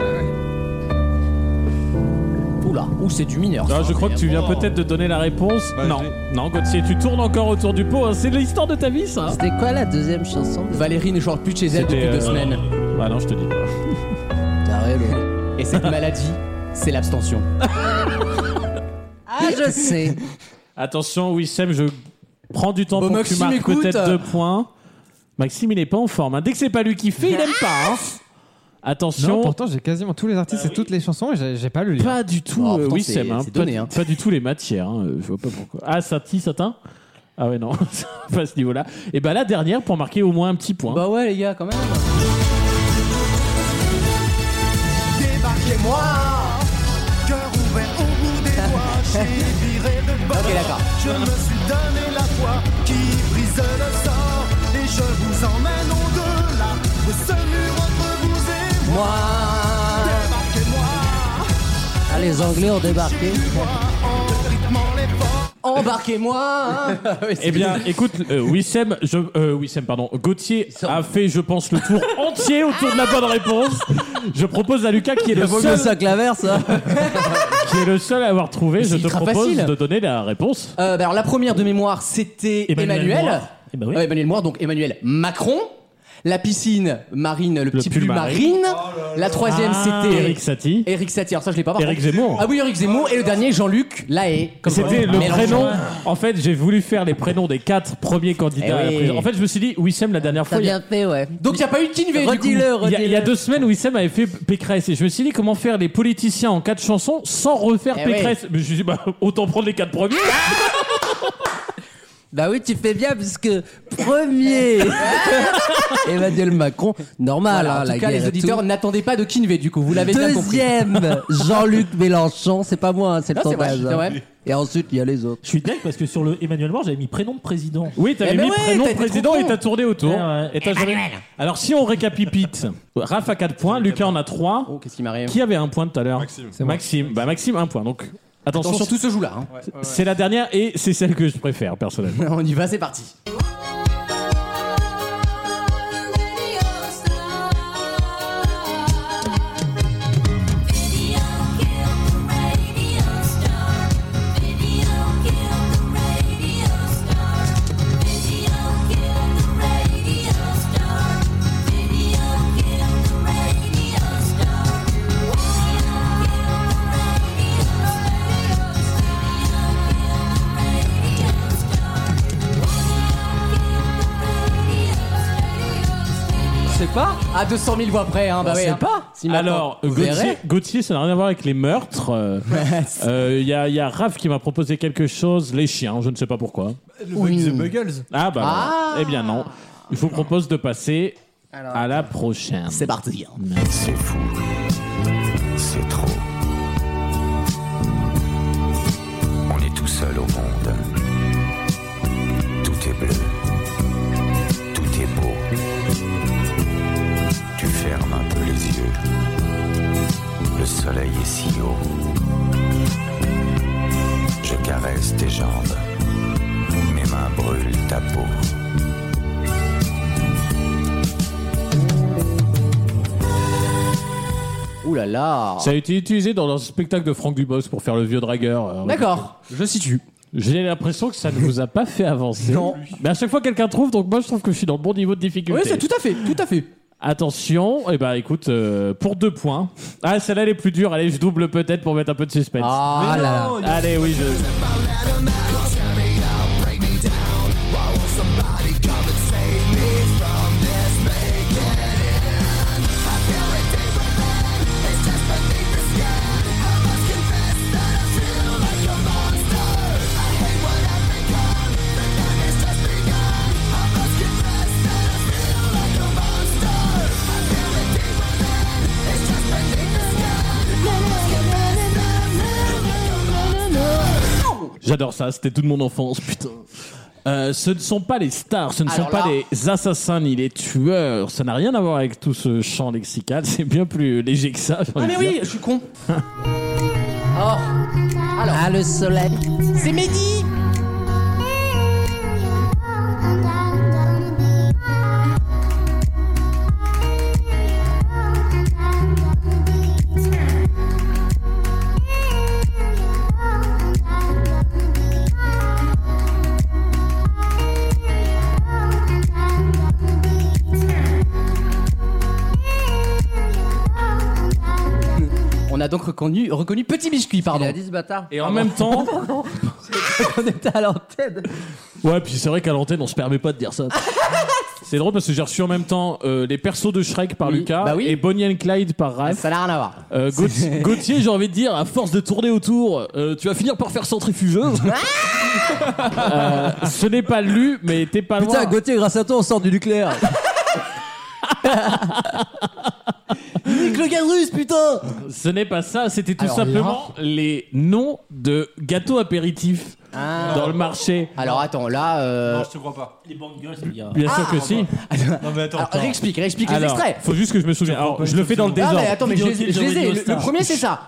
[SPEAKER 7] ouais.
[SPEAKER 2] Oula, ou c'est du mineur.
[SPEAKER 4] Ah, je crois que tu viens peut-être de donner la réponse. non, non, Gauthier, tu tournes encore autour du pot. hein. C'est l'histoire de ta vie, ça.
[SPEAKER 3] C'était quoi la deuxième chanson
[SPEAKER 2] Valérie ne chante plus de chez elle depuis
[SPEAKER 4] C'était,
[SPEAKER 2] deux
[SPEAKER 4] euh,
[SPEAKER 2] semaines.
[SPEAKER 4] Bah non, je te dis pas.
[SPEAKER 2] Et cette maladie, c'est l'abstention.
[SPEAKER 3] Ah, je sais.
[SPEAKER 4] Attention, Wissem, je prends du temps
[SPEAKER 2] Bon,
[SPEAKER 4] pour
[SPEAKER 2] Maxime,
[SPEAKER 4] que tu marques
[SPEAKER 2] écoute.
[SPEAKER 4] peut-être deux points. Maxime, il est pas en forme. hein. Dès que c'est pas lui qui fait, il aime pas. hein. Attention.
[SPEAKER 13] Non, pourtant j'ai quasiment tous les artistes et toutes les chansons et j'ai j'ai pas le lien.
[SPEAKER 4] Pas du tout,
[SPEAKER 13] Oh,
[SPEAKER 4] euh,
[SPEAKER 13] pourtant,
[SPEAKER 4] Wissem.
[SPEAKER 13] c'est-
[SPEAKER 4] hein.
[SPEAKER 13] c'est
[SPEAKER 4] Pas,
[SPEAKER 13] donné, hein.
[SPEAKER 4] pas du tout les matières. hein. Euh, Je vois pas pourquoi. Ah, Sati, Satin Ah ouais, non, pas à ce niveau-là. Et bah la dernière pour marquer au moins un petit point.
[SPEAKER 2] Bah ouais, les gars, quand même.
[SPEAKER 11] Débarquez-moi Cœur ouvert au bout des doigts J'ai viré de bord Je me suis donné la foi Qui brise le sort Et je vous emmène au-delà De ce mur entre vous et moi
[SPEAKER 3] Ah, les Anglais ont débarqué.
[SPEAKER 2] Embarquez-moi
[SPEAKER 4] Eh bien, écoute, euh, Wissem, je, euh, Wissem, pardon, Gauthier a fait, je pense, le tour entier autour de la bonne réponse. Je propose à Lucas, qui est le
[SPEAKER 3] Il vaut mieux
[SPEAKER 4] seul,
[SPEAKER 3] ça que l'inverse. hein.
[SPEAKER 4] qui est le seul à avoir trouvé, je
[SPEAKER 2] c'est
[SPEAKER 4] te
[SPEAKER 2] ultra
[SPEAKER 4] propose
[SPEAKER 2] facile.
[SPEAKER 4] de donner la réponse.
[SPEAKER 2] Euh, bah alors la première de mémoire, c'était
[SPEAKER 4] Emmanuel
[SPEAKER 2] Emmanuel.
[SPEAKER 4] Moir. Eh ben oui.
[SPEAKER 2] Euh, Emmanuel Moir, donc Emmanuel Macron. La piscine marine, le, petit
[SPEAKER 4] pull
[SPEAKER 2] pull marine.
[SPEAKER 4] marine.
[SPEAKER 3] Oh
[SPEAKER 2] La troisième,
[SPEAKER 4] Ah,
[SPEAKER 2] c'était
[SPEAKER 4] Eric Satie.
[SPEAKER 2] Eric Satie. Alors ça, je l'ai pas. par
[SPEAKER 4] Eric
[SPEAKER 2] contre.
[SPEAKER 4] Zemmour.
[SPEAKER 2] Ah oui, Eric Zemmour. Et le dernier, Jean-Luc Lahaye. Comme
[SPEAKER 4] C'était
[SPEAKER 2] quoi,
[SPEAKER 4] le
[SPEAKER 2] Mélenchon.
[SPEAKER 4] prénom. En fait, j'ai voulu faire les prénoms des quatre premiers candidats.
[SPEAKER 2] Eh
[SPEAKER 4] à la
[SPEAKER 2] oui.
[SPEAKER 4] présidence. En fait, je me suis dit, Wissem, la dernière
[SPEAKER 3] T'as
[SPEAKER 4] fois, il y a-
[SPEAKER 3] bien fait, ouais.
[SPEAKER 2] Donc il n'y a pas eu de Kinvé. du coup.
[SPEAKER 4] il y a- il y a deux semaines, Wissem avait fait Pécresse. Et je me suis dit, comment faire les politiciens en quatre chansons sans refaire
[SPEAKER 3] Eh
[SPEAKER 4] Pécresse Mais Je me suis dit, bah, autant prendre les quatre premiers.
[SPEAKER 3] Bah oui, tu fais bien puisque premier Emmanuel Macron, normal.
[SPEAKER 2] Voilà,
[SPEAKER 3] hein,
[SPEAKER 2] en tout
[SPEAKER 3] la
[SPEAKER 2] cas,
[SPEAKER 3] guerre
[SPEAKER 2] les
[SPEAKER 3] et
[SPEAKER 2] auditeurs
[SPEAKER 3] tout.
[SPEAKER 2] n'attendaient pas de Kinvé du coup. Vous l'avez bien compris.
[SPEAKER 3] Deuxième, Jean-Luc Mélenchon, c'est pas moi, hein, c'est le
[SPEAKER 2] Non, c'est
[SPEAKER 3] sondage.
[SPEAKER 2] vrai,
[SPEAKER 3] hein.
[SPEAKER 2] c'est vrai.
[SPEAKER 3] Et ensuite, il y a les autres.
[SPEAKER 6] Je suis dingue parce que sur le Emmanuel Moir, j'avais mis prénom de président.
[SPEAKER 4] Oui, t'avais
[SPEAKER 6] Eh ben
[SPEAKER 4] mis
[SPEAKER 6] ouais,
[SPEAKER 4] prénom
[SPEAKER 6] t'as été
[SPEAKER 4] président
[SPEAKER 6] trop
[SPEAKER 4] et t'as
[SPEAKER 6] con.
[SPEAKER 4] tourné autour.
[SPEAKER 6] Ouais, ouais.
[SPEAKER 2] Eh,
[SPEAKER 4] Et t'as jamais- Alors, si on récapitule, Raph a 4 points, Lucas en a 3.
[SPEAKER 2] Oh, qu'est-ce qui m'arrive
[SPEAKER 4] Qui avait un point tout à l'heure Maxime. Maxime. Bah, Maxime, un point. Donc, attention.
[SPEAKER 2] Attention, tout se joue là. hein.
[SPEAKER 4] C'est la dernière et c'est celle que je préfère, personnellement.
[SPEAKER 2] On y va, c'est parti.
[SPEAKER 3] C'est pas
[SPEAKER 2] À 200 000 voix près, hein. Bah
[SPEAKER 3] On
[SPEAKER 2] ouais.
[SPEAKER 3] sait
[SPEAKER 2] hein.
[SPEAKER 3] pas.
[SPEAKER 2] Si maintenant,
[SPEAKER 4] Alors,
[SPEAKER 2] vous
[SPEAKER 4] Gauthier,
[SPEAKER 2] verrez.
[SPEAKER 4] Gauthier, ça n'a rien à voir avec les meurtres. Euh, euh, Il y, a- il y a Raph qui m'a proposé quelque chose. Les chiens, je ne sais pas pourquoi.
[SPEAKER 11] Le Bugs the Buggles
[SPEAKER 4] Ah bah,
[SPEAKER 11] Ah.
[SPEAKER 4] voilà. eh bien non. Je vous propose de passer à la prochaine.
[SPEAKER 2] C'est parti. hein.
[SPEAKER 10] C'est fou. C'est trop. On est tout seul au monde. Tout est bleu. Tout est beau. Tu fermes un peu les yeux. Le soleil est si haut. Je caresse tes jambes. Mes mains brûlent ta peau.
[SPEAKER 2] Ouh là là.
[SPEAKER 4] Ça a été utilisé dans le spectacle de Franck Dubos pour faire le vieux dragueur. euh,
[SPEAKER 2] D'accord. Je situe.
[SPEAKER 4] J'ai l'impression que ça ne vous a pas fait avancer.
[SPEAKER 2] Non.
[SPEAKER 4] Mais à chaque fois quelqu'un trouve, donc moi je trouve que je suis dans le bon niveau de difficulté.
[SPEAKER 2] Oui, c'est tout à fait, tout à fait.
[SPEAKER 4] Attention, et eh ben écoute, euh, pour deux points. Ah, celle-là elle est plus dure, allez, je double peut-être pour mettre un peu de suspense.
[SPEAKER 2] Ah
[SPEAKER 4] Mais
[SPEAKER 2] là
[SPEAKER 4] non, Allez, oui, je. J'adore ça, c'était toute mon enfance, putain. Euh, ce ne sont pas les stars, ce ne
[SPEAKER 2] Alors
[SPEAKER 4] sont pas
[SPEAKER 2] là-
[SPEAKER 4] les assassins ni les tueurs. Ça n'a rien à voir avec tout ce champ lexical. C'est bien plus léger que ça. j'ai
[SPEAKER 2] Ah
[SPEAKER 4] envie
[SPEAKER 2] mais
[SPEAKER 4] de
[SPEAKER 2] oui,
[SPEAKER 4] dire.
[SPEAKER 2] je suis con. Oh. Alors.
[SPEAKER 3] Ah, le soleil.
[SPEAKER 2] C'est Mehdi.
[SPEAKER 12] Thank
[SPEAKER 2] On a donc reconnu, reconnu Petit Biscuit, pardon.
[SPEAKER 3] Il a dit ce bâtard.
[SPEAKER 4] Et en même temps.
[SPEAKER 3] on était à l'antenne.
[SPEAKER 4] Ouais, puis c'est vrai qu'à l'antenne, on se permet pas de dire ça. C'est drôle parce que j'ai reçu en même temps euh, les persos de Shrek par Lucas
[SPEAKER 2] bah oui.
[SPEAKER 4] et Bonnie and Clyde par Raph.
[SPEAKER 2] Ça n'a rien à voir.
[SPEAKER 4] Euh, Gaut- Gauthier, j'ai envie de dire, à force de tourner autour, euh, tu vas finir par faire centrifugeuse. Euh, ce n'est pas lu, mais t'es pas
[SPEAKER 3] hein.
[SPEAKER 8] Putain,
[SPEAKER 4] loin.
[SPEAKER 8] Gauthier, grâce à toi, on sort du nucléaire.
[SPEAKER 2] Nique le gaz russe, putain
[SPEAKER 4] Ce n'est pas ça, c'était tout
[SPEAKER 2] Alors,
[SPEAKER 4] simplement les noms de gâteaux apéritifs
[SPEAKER 2] Ah.
[SPEAKER 4] dans le marché.
[SPEAKER 2] Alors attends, là. euh,
[SPEAKER 7] Ah, te crois pas. Les bangers, il y a.
[SPEAKER 4] Bien sûr que si.
[SPEAKER 7] Non, mais attends.
[SPEAKER 2] Alors, réexplique, réexplique Ah, les
[SPEAKER 4] Alors,
[SPEAKER 2] extraits.
[SPEAKER 4] Faut juste que je me souvienne. Alors, je le fais dans le
[SPEAKER 2] Ah,
[SPEAKER 4] désordre.
[SPEAKER 2] mais attends, mais je les,
[SPEAKER 7] Vidéoclip
[SPEAKER 2] je
[SPEAKER 7] de
[SPEAKER 2] les ai.
[SPEAKER 7] Radio
[SPEAKER 2] Le, le
[SPEAKER 7] Star.
[SPEAKER 2] premier, c'est ça.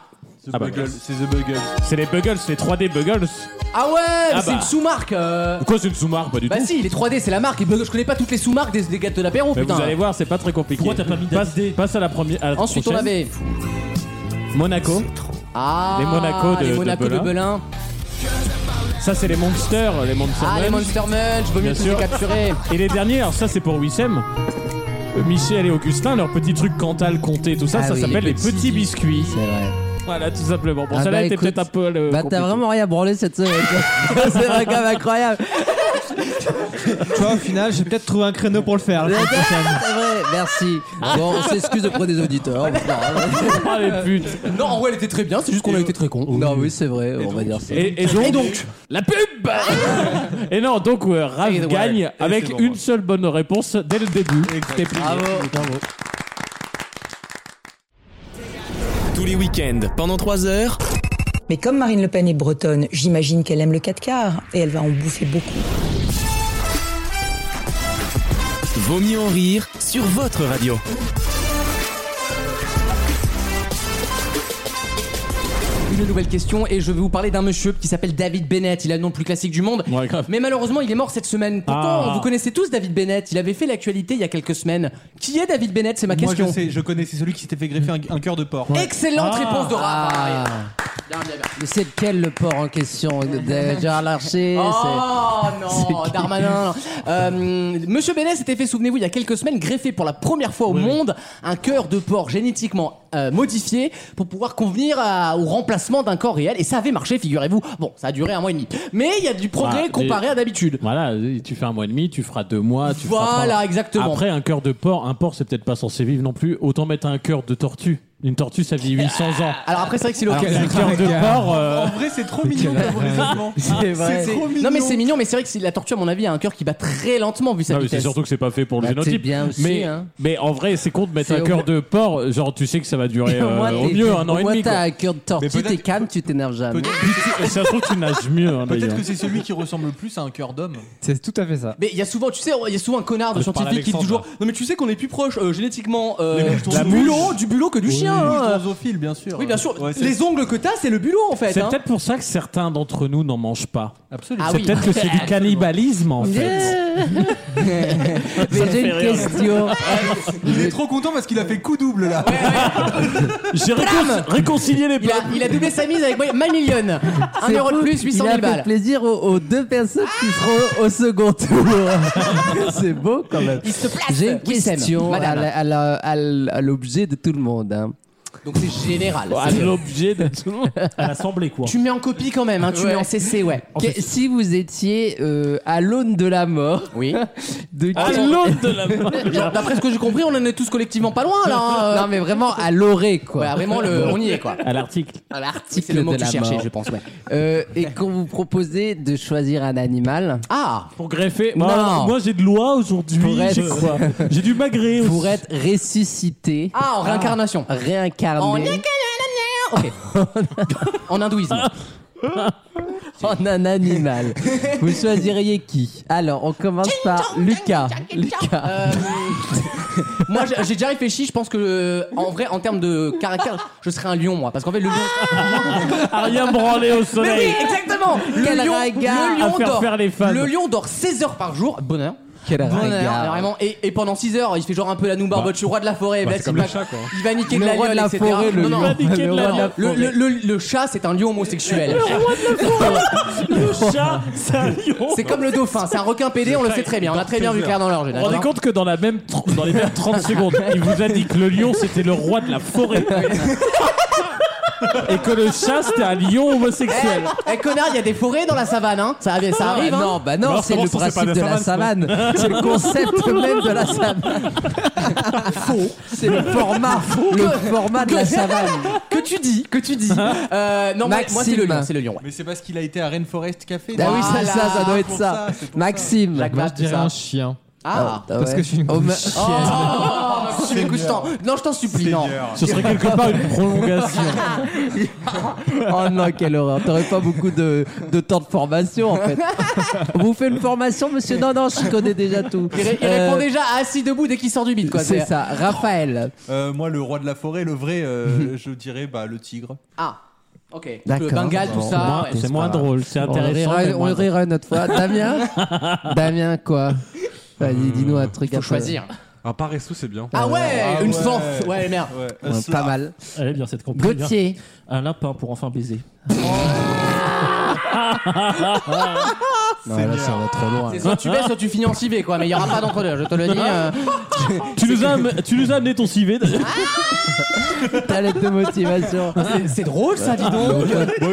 [SPEAKER 7] The
[SPEAKER 4] Ah bah.
[SPEAKER 7] Buggles, c'est The Buggles.
[SPEAKER 4] C'est les Buggles, les 3D Buggles.
[SPEAKER 2] Ah ouais, mais
[SPEAKER 4] Ah
[SPEAKER 2] c'est
[SPEAKER 4] bah.
[SPEAKER 2] une sous-marque. euh.
[SPEAKER 4] Pourquoi c'est une sous-marque Pas du
[SPEAKER 2] Bah
[SPEAKER 4] tout.
[SPEAKER 2] si, les 3D, c'est la marque. Et bah, Je connais pas toutes les sous-marques des, des gâteaux d'apéro,
[SPEAKER 4] Mais
[SPEAKER 2] putain.
[SPEAKER 4] vous allez voir, c'est pas très compliqué.
[SPEAKER 6] Pourquoi t'as pas mis
[SPEAKER 4] passe,
[SPEAKER 6] d'AD
[SPEAKER 4] passe à la première. à la
[SPEAKER 2] Ensuite, on
[SPEAKER 4] prochaine.
[SPEAKER 2] avait.
[SPEAKER 4] Monaco.
[SPEAKER 2] Ah,
[SPEAKER 4] Les Monaco de-
[SPEAKER 2] les
[SPEAKER 4] de
[SPEAKER 2] Monaco de
[SPEAKER 4] Belin.
[SPEAKER 2] Belin.
[SPEAKER 4] Ça, c'est les Monsters, les Monsters.
[SPEAKER 2] Ah, les
[SPEAKER 4] Munch.
[SPEAKER 2] Monster Munch, vaut mieux
[SPEAKER 4] Bien
[SPEAKER 2] tous les
[SPEAKER 4] sûr.
[SPEAKER 2] capturer.
[SPEAKER 4] Et les derniers, alors ça, c'est pour Wissem. Euh, Michel et Augustin, leur petit truc Cantal, Comté, tout ça,
[SPEAKER 3] Ah
[SPEAKER 4] ça
[SPEAKER 3] oui,
[SPEAKER 4] s'appelle
[SPEAKER 3] les
[SPEAKER 4] les petits biscuits.
[SPEAKER 3] C'est vrai.
[SPEAKER 4] Voilà, tout simplement. Bon,
[SPEAKER 3] Ah
[SPEAKER 4] celle-là
[SPEAKER 3] bah,
[SPEAKER 4] était
[SPEAKER 3] écoute,
[SPEAKER 4] peut-être un peu. euh,
[SPEAKER 3] Bah
[SPEAKER 4] compliquée.
[SPEAKER 3] t'as vraiment rien branlé cette semaine. quoi. c'est vrai, quand même incroyable.
[SPEAKER 13] Tu vois, au final, j'ai peut-être trouvé un créneau pour le
[SPEAKER 7] Ah,
[SPEAKER 13] faire. la semaine prochaine.
[SPEAKER 3] C'est vrai, merci. Bon, on s'excuse auprès des auditeurs.
[SPEAKER 4] Ah, les putes.
[SPEAKER 2] Non, en vrai, elle était très bien, c'est juste qu'on a été très con.
[SPEAKER 3] Non, oui, c'est vrai, on va dire ça.
[SPEAKER 4] Et, et donc, la pub Et non, donc euh, Raph
[SPEAKER 2] Et ouais.
[SPEAKER 4] gagne
[SPEAKER 7] Et
[SPEAKER 4] avec
[SPEAKER 7] c'est bon,
[SPEAKER 4] une
[SPEAKER 7] ouais.
[SPEAKER 4] seule bonne réponse dès le début. C'était plié.
[SPEAKER 1] Tous les week-ends, pendant 3 heures,
[SPEAKER 9] Mais comme Marine Le Pen est bretonne, j'imagine qu'elle aime le 4 quarts et elle va en bouffer beaucoup.
[SPEAKER 1] Vaut mieux en rire sur votre radio.
[SPEAKER 2] Une nouvelle question et je vais vous parler d'un monsieur qui s'appelle David Bennett. Il a le nom le plus classique du monde.
[SPEAKER 4] Ouais, grave.
[SPEAKER 2] Mais malheureusement, il est mort cette semaine. Pourtant,
[SPEAKER 4] Ah.
[SPEAKER 2] vous connaissez tous David Bennett. Il avait fait l'actualité il y a quelques semaines. Qui est David Bennett C'est ma
[SPEAKER 7] Moi, je
[SPEAKER 2] question.
[SPEAKER 7] sais, je connais, c'est celui qui s'était fait greffer un, un cœur de porc.
[SPEAKER 2] Excellente réponse de Raph.
[SPEAKER 3] Ah.
[SPEAKER 2] Bien, bien, bien.
[SPEAKER 3] Mais c'est lequel le port en question de Gérard Larcher c'est-
[SPEAKER 2] Oh non, Darmanin. Euh, Monsieur Bennett s'était fait, souvenez-vous, il y a quelques semaines, greffer pour la première fois au monde un cœur de porc génétiquement euh, modifié pour pouvoir convenir à- au remplacement d'un corps réel. Et ça avait marché, figurez-vous. Bon, ça a duré un mois et demi. Mais il y a du progrès
[SPEAKER 7] Ah,
[SPEAKER 4] Bah,
[SPEAKER 2] comparé
[SPEAKER 4] et-
[SPEAKER 2] à d'habitude.
[SPEAKER 4] Voilà, tu fais un mois et demi, tu feras deux mois, tu feras trois
[SPEAKER 2] Voilà,
[SPEAKER 4] mois.
[SPEAKER 2] exactement.
[SPEAKER 4] Après, un cœur de porc, un porc, c'est peut-être pas censé vivre non plus. Autant mettre un cœur de tortue. Une tortue, ça vit 800 ans.
[SPEAKER 2] Alors après, c'est vrai que c'est
[SPEAKER 4] Alors
[SPEAKER 2] l'occasion.
[SPEAKER 4] qu'un cœur de porc, euh,
[SPEAKER 7] En vrai, c'est trop mignon comme raisonnement.
[SPEAKER 3] C'est vrai.
[SPEAKER 7] trop mignon.
[SPEAKER 2] Non mais c'est mignon, mais c'est vrai que c'est- la tortue, à mon avis, a un cœur qui bat très lentement vu sa
[SPEAKER 4] Non, mais c'est
[SPEAKER 2] vitesse.
[SPEAKER 4] surtout que c'est pas fait pour le
[SPEAKER 3] Bah, t'es
[SPEAKER 4] génotype.
[SPEAKER 3] bien aussi,
[SPEAKER 4] mais,
[SPEAKER 3] hein.
[SPEAKER 4] mais en vrai, c'est con de mettre
[SPEAKER 3] C'est
[SPEAKER 4] un
[SPEAKER 3] au
[SPEAKER 4] cœur
[SPEAKER 3] moins-
[SPEAKER 4] de porc. Genre, tu sais que ça va durer euh,
[SPEAKER 3] moins,
[SPEAKER 4] au
[SPEAKER 3] t'es-
[SPEAKER 4] mieux un an
[SPEAKER 3] au
[SPEAKER 4] et
[SPEAKER 3] moins,
[SPEAKER 4] demi.
[SPEAKER 3] t'as
[SPEAKER 4] quoi.
[SPEAKER 3] un cœur de
[SPEAKER 7] Mais
[SPEAKER 3] tortue,
[SPEAKER 7] peut-être-
[SPEAKER 3] t'es calme, tu t'énerves jamais.
[SPEAKER 4] Et ça se trouve, tu nages mieux. hein,
[SPEAKER 7] Peut-être
[SPEAKER 4] d'ailleurs.
[SPEAKER 7] que c'est celui qui ressemble le plus à un cœur d'homme.
[SPEAKER 13] C'est tout à fait ça.
[SPEAKER 2] Mais il y a souvent, tu sais, il y a souvent un connard de
[SPEAKER 7] Je parle à
[SPEAKER 2] scientifique qui dit
[SPEAKER 7] Alexandre,
[SPEAKER 2] toujours Non mais tu sais qu'on est plus proche euh, génétiquement euh,
[SPEAKER 7] Les
[SPEAKER 2] du
[SPEAKER 7] mouches
[SPEAKER 2] bulot, du bulot que du chien. hein.
[SPEAKER 7] Ou drosophile, bien sûr.
[SPEAKER 2] Oui, bien sûr.
[SPEAKER 7] Ouais, c'est-
[SPEAKER 2] les ongles que t'as, c'est le bulot en fait.
[SPEAKER 4] C'est
[SPEAKER 2] hein.
[SPEAKER 4] peut-être pour ça que certains d'entre nous n'en mangent pas.
[SPEAKER 7] Absolument.
[SPEAKER 2] Ah
[SPEAKER 4] c'est
[SPEAKER 2] oui.
[SPEAKER 4] peut-être que c'est du cannibalisme en fait.
[SPEAKER 3] Mais j'ai une question.
[SPEAKER 7] Il est trop content parce qu'il a fait coup double là.
[SPEAKER 4] J'ai récon- réconcilié les
[SPEAKER 2] Il a,
[SPEAKER 4] peuples.
[SPEAKER 2] il a doublé sa mise avec moi. My Million. Un
[SPEAKER 3] C'est
[SPEAKER 2] euro de
[SPEAKER 3] fou,
[SPEAKER 2] plus, 800
[SPEAKER 3] Il a
[SPEAKER 2] 000
[SPEAKER 3] fait
[SPEAKER 2] balles.
[SPEAKER 3] plaisir aux, aux deux personnes qui seront au second tour. C'est beau quand même.
[SPEAKER 2] Il se place.
[SPEAKER 3] J'ai une
[SPEAKER 2] Wissem,
[SPEAKER 3] question à
[SPEAKER 2] madame.
[SPEAKER 3] la- à la- à l- à l'objet de tout le monde. hein.
[SPEAKER 2] Donc c'est général.
[SPEAKER 4] À
[SPEAKER 2] C'est-
[SPEAKER 4] l'objet de tout le monde.
[SPEAKER 6] À l'assemblée, quoi.
[SPEAKER 2] Tu mets en copie quand même, hein, tu
[SPEAKER 3] Ouais.
[SPEAKER 2] mets en CC, ouais.
[SPEAKER 4] Oh,
[SPEAKER 3] Que- si vous étiez euh, à l'aune de la mort,
[SPEAKER 2] Oui.
[SPEAKER 3] de
[SPEAKER 4] À
[SPEAKER 3] quel-
[SPEAKER 4] l'autre de la mort.
[SPEAKER 2] D'après ce que j'ai compris, on en est tous collectivement pas loin là. hein, euh.
[SPEAKER 3] Non mais vraiment à l'orée quoi.
[SPEAKER 2] Ouais, vraiment, le, on y est quoi.
[SPEAKER 4] À l'article.
[SPEAKER 3] à
[SPEAKER 2] Oui,
[SPEAKER 3] l'article
[SPEAKER 2] C'est le mot
[SPEAKER 3] de
[SPEAKER 2] que tu
[SPEAKER 3] la
[SPEAKER 2] cherchais,
[SPEAKER 3] mort.
[SPEAKER 2] je pense, ouais.
[SPEAKER 3] Euh, et qu'on vous proposait de choisir un animal
[SPEAKER 2] Ah
[SPEAKER 4] Pour greffer.
[SPEAKER 3] Non.
[SPEAKER 4] Moi, moi, j'ai de l'oie aujourd'hui.
[SPEAKER 3] Pour être-
[SPEAKER 4] je crois. J'ai du magret aussi.
[SPEAKER 3] pour être ressuscité,
[SPEAKER 2] Ah, en réincarnation.
[SPEAKER 3] réincarné
[SPEAKER 2] En Ok. en hindouisme.
[SPEAKER 3] en un animal. vous choisiriez qui Alors on commence par Lucas. Lucas.
[SPEAKER 2] Euh, moi, j'ai j'ai déjà réfléchi. Je pense que, euh, en vrai, en termes de caractère, je serais un lion, moi. Parce qu'en fait, le lion.
[SPEAKER 4] À rien branler
[SPEAKER 2] Ah,
[SPEAKER 4] au
[SPEAKER 2] Mais
[SPEAKER 4] soleil.
[SPEAKER 2] oui, exactement. Le
[SPEAKER 3] Quel
[SPEAKER 2] lion,
[SPEAKER 3] regard
[SPEAKER 2] le
[SPEAKER 4] à
[SPEAKER 2] lion
[SPEAKER 4] faire
[SPEAKER 2] dort.
[SPEAKER 4] faire les fans.
[SPEAKER 2] Le lion dort 16 heures par jour. Bonheur.
[SPEAKER 3] Quel
[SPEAKER 2] Bonheur,
[SPEAKER 3] regard.
[SPEAKER 2] vraiment. Et, et pendant 6 heures, il fait genre un peu la noubarbe.
[SPEAKER 4] Bah.
[SPEAKER 2] je suis roi de la forêt.
[SPEAKER 5] Bah,
[SPEAKER 2] vas-y,
[SPEAKER 5] c'est comme
[SPEAKER 2] pas-
[SPEAKER 5] le chat, quoi.
[SPEAKER 2] Il va niquer
[SPEAKER 3] Le
[SPEAKER 2] de la
[SPEAKER 3] roi
[SPEAKER 2] lionne,
[SPEAKER 3] de la
[SPEAKER 2] etc.
[SPEAKER 3] forêt, le
[SPEAKER 2] Non, non.
[SPEAKER 3] lion.
[SPEAKER 4] Niquer de
[SPEAKER 3] Le
[SPEAKER 4] la
[SPEAKER 3] roi de la
[SPEAKER 4] mort.
[SPEAKER 2] Le, le- le- le chat, c'est un lion homosexuel.
[SPEAKER 4] Le chat, c'est un lion.
[SPEAKER 2] C'est comme le dauphin, c'est un requin PD, on le sait très bien. On a très bien vu clair dans l'orge.
[SPEAKER 4] Vous vous rendez compte que dans, la même tr- dans les mêmes 30 secondes, il vous a dit que le lion c'était le roi de la forêt. et que le chat c'était un lion homosexuel.
[SPEAKER 2] Eh connard, il y a des forêts dans la savane, hein Ça, ça
[SPEAKER 4] Ah,
[SPEAKER 2] arrive, hein
[SPEAKER 4] non, bah non, Alors, c'est comment le ça, c'est principe pas de la de la savane, savane.
[SPEAKER 3] C'est le concept même de la savane.
[SPEAKER 2] Faux.
[SPEAKER 3] C'est le format. Le format de la savane.
[SPEAKER 2] Que tu dis, que tu dis. Euh, non, moi, moi, c'est le
[SPEAKER 3] Maxime.
[SPEAKER 2] lion, c'est le lion.
[SPEAKER 7] Mais c'est parce qu'il a été à Rainforest Café.
[SPEAKER 2] Bah
[SPEAKER 3] Ah oui, c'est
[SPEAKER 7] Voilà,
[SPEAKER 3] ça, ça doit être
[SPEAKER 7] pour
[SPEAKER 3] ça.
[SPEAKER 7] c'est pour
[SPEAKER 3] Maxime.
[SPEAKER 7] ça.
[SPEAKER 3] Moi, je dirais un
[SPEAKER 13] chien.
[SPEAKER 2] Ah,
[SPEAKER 13] Parce que je suis une
[SPEAKER 3] Oh,
[SPEAKER 13] grosse
[SPEAKER 3] mais-
[SPEAKER 13] chienne.
[SPEAKER 2] Oh, Maxime, écoute, je t'en- non, je t'en supplie, non.
[SPEAKER 13] Ce serait quelque part une prolongation.
[SPEAKER 3] oh non, quelle horreur. T'aurais pas beaucoup de, de temps de formation en fait. Vous faites une formation, monsieur Non, non, je connais déjà tout.
[SPEAKER 2] Il, ré- il
[SPEAKER 3] Euh,
[SPEAKER 2] répond déjà assis debout dès qu'il sort du bide, quoi.
[SPEAKER 3] C'est ça, Raphaël.
[SPEAKER 7] Euh, moi, le roi de la forêt, le vrai, euh, je dirais bah, le tigre.
[SPEAKER 2] Ah, ok.
[SPEAKER 3] D'accord.
[SPEAKER 2] Le Bengale, tout ça.
[SPEAKER 3] Ah
[SPEAKER 4] Moins-
[SPEAKER 2] ouais.
[SPEAKER 4] c'est moins drôle, c'est
[SPEAKER 3] On
[SPEAKER 4] intéressant.
[SPEAKER 3] rira-
[SPEAKER 4] mais
[SPEAKER 3] On
[SPEAKER 4] moins drôle.
[SPEAKER 3] rira une autre fois. Damien Damien, quoi Vas-y, dis-nous un truc à
[SPEAKER 2] Faut choisir.
[SPEAKER 5] Un paresseux, c'est bien.
[SPEAKER 2] Ah ouais,
[SPEAKER 7] Ah
[SPEAKER 2] une
[SPEAKER 7] ouais.
[SPEAKER 2] fanf. Ouais, merde.
[SPEAKER 7] Ouais.
[SPEAKER 3] Ouais, pas mal.
[SPEAKER 6] Elle est bien cette compagnie.
[SPEAKER 3] Gauthier.
[SPEAKER 6] Un lapin pour enfin baiser.
[SPEAKER 3] Non, là, ça va trop loin.
[SPEAKER 2] C'est soit tu baisses, soit tu finis en civet, quoi. Mais il y aura pas d'entre deux, je te le dis. euh.
[SPEAKER 4] Tu nous, as, am- tu nous as amené ton civet.
[SPEAKER 3] Ah. Ta lettre de motivation.
[SPEAKER 2] C'est- C'est drôle, ça, dis donc.
[SPEAKER 4] Bah,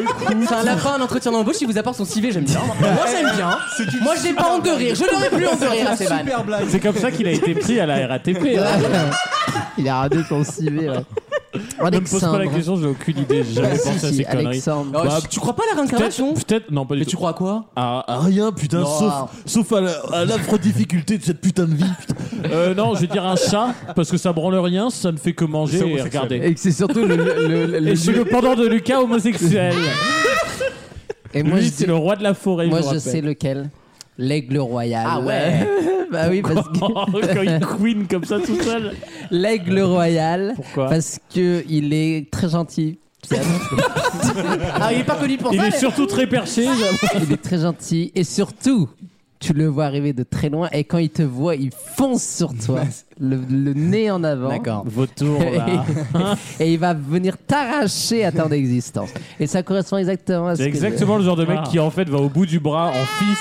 [SPEAKER 2] C'est un lapin, un entretien d'embauche, il vous apporte son civet, j'aime bien. Moi, j'aime bien. Moi, j'ai pas honte de rire. Je n'aurais plus honte de rire à ces vannes.
[SPEAKER 7] Super blague.
[SPEAKER 4] C'est comme ça qu'il a été pris à la RATP. hein.
[SPEAKER 3] Il a raté son CV. Ouais.
[SPEAKER 4] Ne me pose pas la question, j'ai aucune idée. J'ai jamais
[SPEAKER 3] Ah, Si,
[SPEAKER 4] pensé à
[SPEAKER 3] si,
[SPEAKER 4] ces conneries.
[SPEAKER 3] Alexandre.
[SPEAKER 2] Oh,
[SPEAKER 4] Bah,
[SPEAKER 2] tu- tu crois pas à la réincarnation
[SPEAKER 4] Peut-être, peut-être, non, pas du
[SPEAKER 2] Mais
[SPEAKER 4] tout.
[SPEAKER 2] tu crois à quoi
[SPEAKER 4] À, à Ah, rien, putain,
[SPEAKER 2] Non.
[SPEAKER 4] sauf, sauf à, la, à l'afrodifficulté de cette putain de vie. putain. Euh, non, je vais dire un chat, parce que ça branle rien, ça ne fait que
[SPEAKER 5] C'est
[SPEAKER 4] manger et
[SPEAKER 5] homosexuel.
[SPEAKER 4] regarder.
[SPEAKER 3] Et que c'est surtout le. le- le- le-
[SPEAKER 4] Et je suis le pendant de Lucas homosexuel.
[SPEAKER 3] Et moi,
[SPEAKER 4] Lui,
[SPEAKER 3] je,
[SPEAKER 4] c'est le roi de la forêt.
[SPEAKER 3] moi,
[SPEAKER 4] je, vous
[SPEAKER 3] je sais
[SPEAKER 4] rappelle.
[SPEAKER 3] lequel. L'aigle royal.
[SPEAKER 2] Ah ouais.
[SPEAKER 3] Bah oui, parce que.
[SPEAKER 4] Oh, Quand il queen comme ça tout seul.
[SPEAKER 3] L'aigle royal.
[SPEAKER 4] Pourquoi
[SPEAKER 3] Parce que il est très gentil.
[SPEAKER 2] Ah, il est pas connu pour
[SPEAKER 4] Il
[SPEAKER 2] ça.
[SPEAKER 4] est
[SPEAKER 2] mais-
[SPEAKER 4] surtout très perché. j'avoue.
[SPEAKER 3] Il est très gentil. Et surtout. Tu le vois arriver de très loin et quand il te voit, il fonce sur toi,
[SPEAKER 4] Bah,
[SPEAKER 3] le, le nez en avant.
[SPEAKER 2] D'accord.
[SPEAKER 4] Vautour, là.
[SPEAKER 3] et il va venir t'arracher à ton existence. Et ça correspond exactement à ce
[SPEAKER 4] C'est
[SPEAKER 3] que-
[SPEAKER 4] exactement le genre de mec
[SPEAKER 6] Ah.
[SPEAKER 4] qui en fait va au bout du bras en fist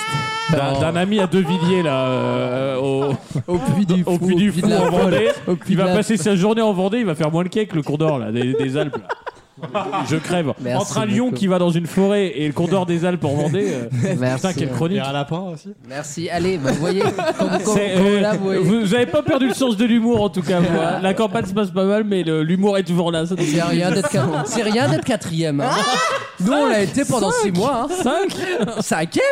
[SPEAKER 4] d'un,
[SPEAKER 3] Oh.
[SPEAKER 4] d'un ami à Devilliers là euh, au,
[SPEAKER 3] Au puits du
[SPEAKER 4] au
[SPEAKER 3] fou,
[SPEAKER 4] puy du
[SPEAKER 3] puits
[SPEAKER 4] fou
[SPEAKER 3] de la
[SPEAKER 4] en
[SPEAKER 3] folle,
[SPEAKER 4] Vendée.
[SPEAKER 3] au puits
[SPEAKER 4] Il
[SPEAKER 3] de
[SPEAKER 4] va
[SPEAKER 3] la-
[SPEAKER 4] passer sa journée en Vendée, il va faire moins le cake le condor là des, des Alpes. là. Je crève.
[SPEAKER 3] Merci
[SPEAKER 4] Entre un lion
[SPEAKER 3] beaucoup.
[SPEAKER 4] qui va dans une forêt et le condor des Alpes en Vendée, euh,
[SPEAKER 3] Merci.
[SPEAKER 4] putain quelle chronique.
[SPEAKER 5] lapin aussi.
[SPEAKER 3] Merci. Allez, bah, vous voyez, comme, comme-
[SPEAKER 4] C'est,
[SPEAKER 3] comme
[SPEAKER 4] euh,
[SPEAKER 3] là, vous voyez.
[SPEAKER 4] vous n'avez pas perdu le sens de l'humour en tout cas. vous, hein. La campagne se passe pas mal, mais le- l'humour est toujours là. Ça,
[SPEAKER 3] C'est rien d'être
[SPEAKER 4] Ah
[SPEAKER 3] quat- c'est rien d'être quatrième. hein. Nous, on l'a été pendant six mois. hein.
[SPEAKER 4] 5
[SPEAKER 3] Cinquième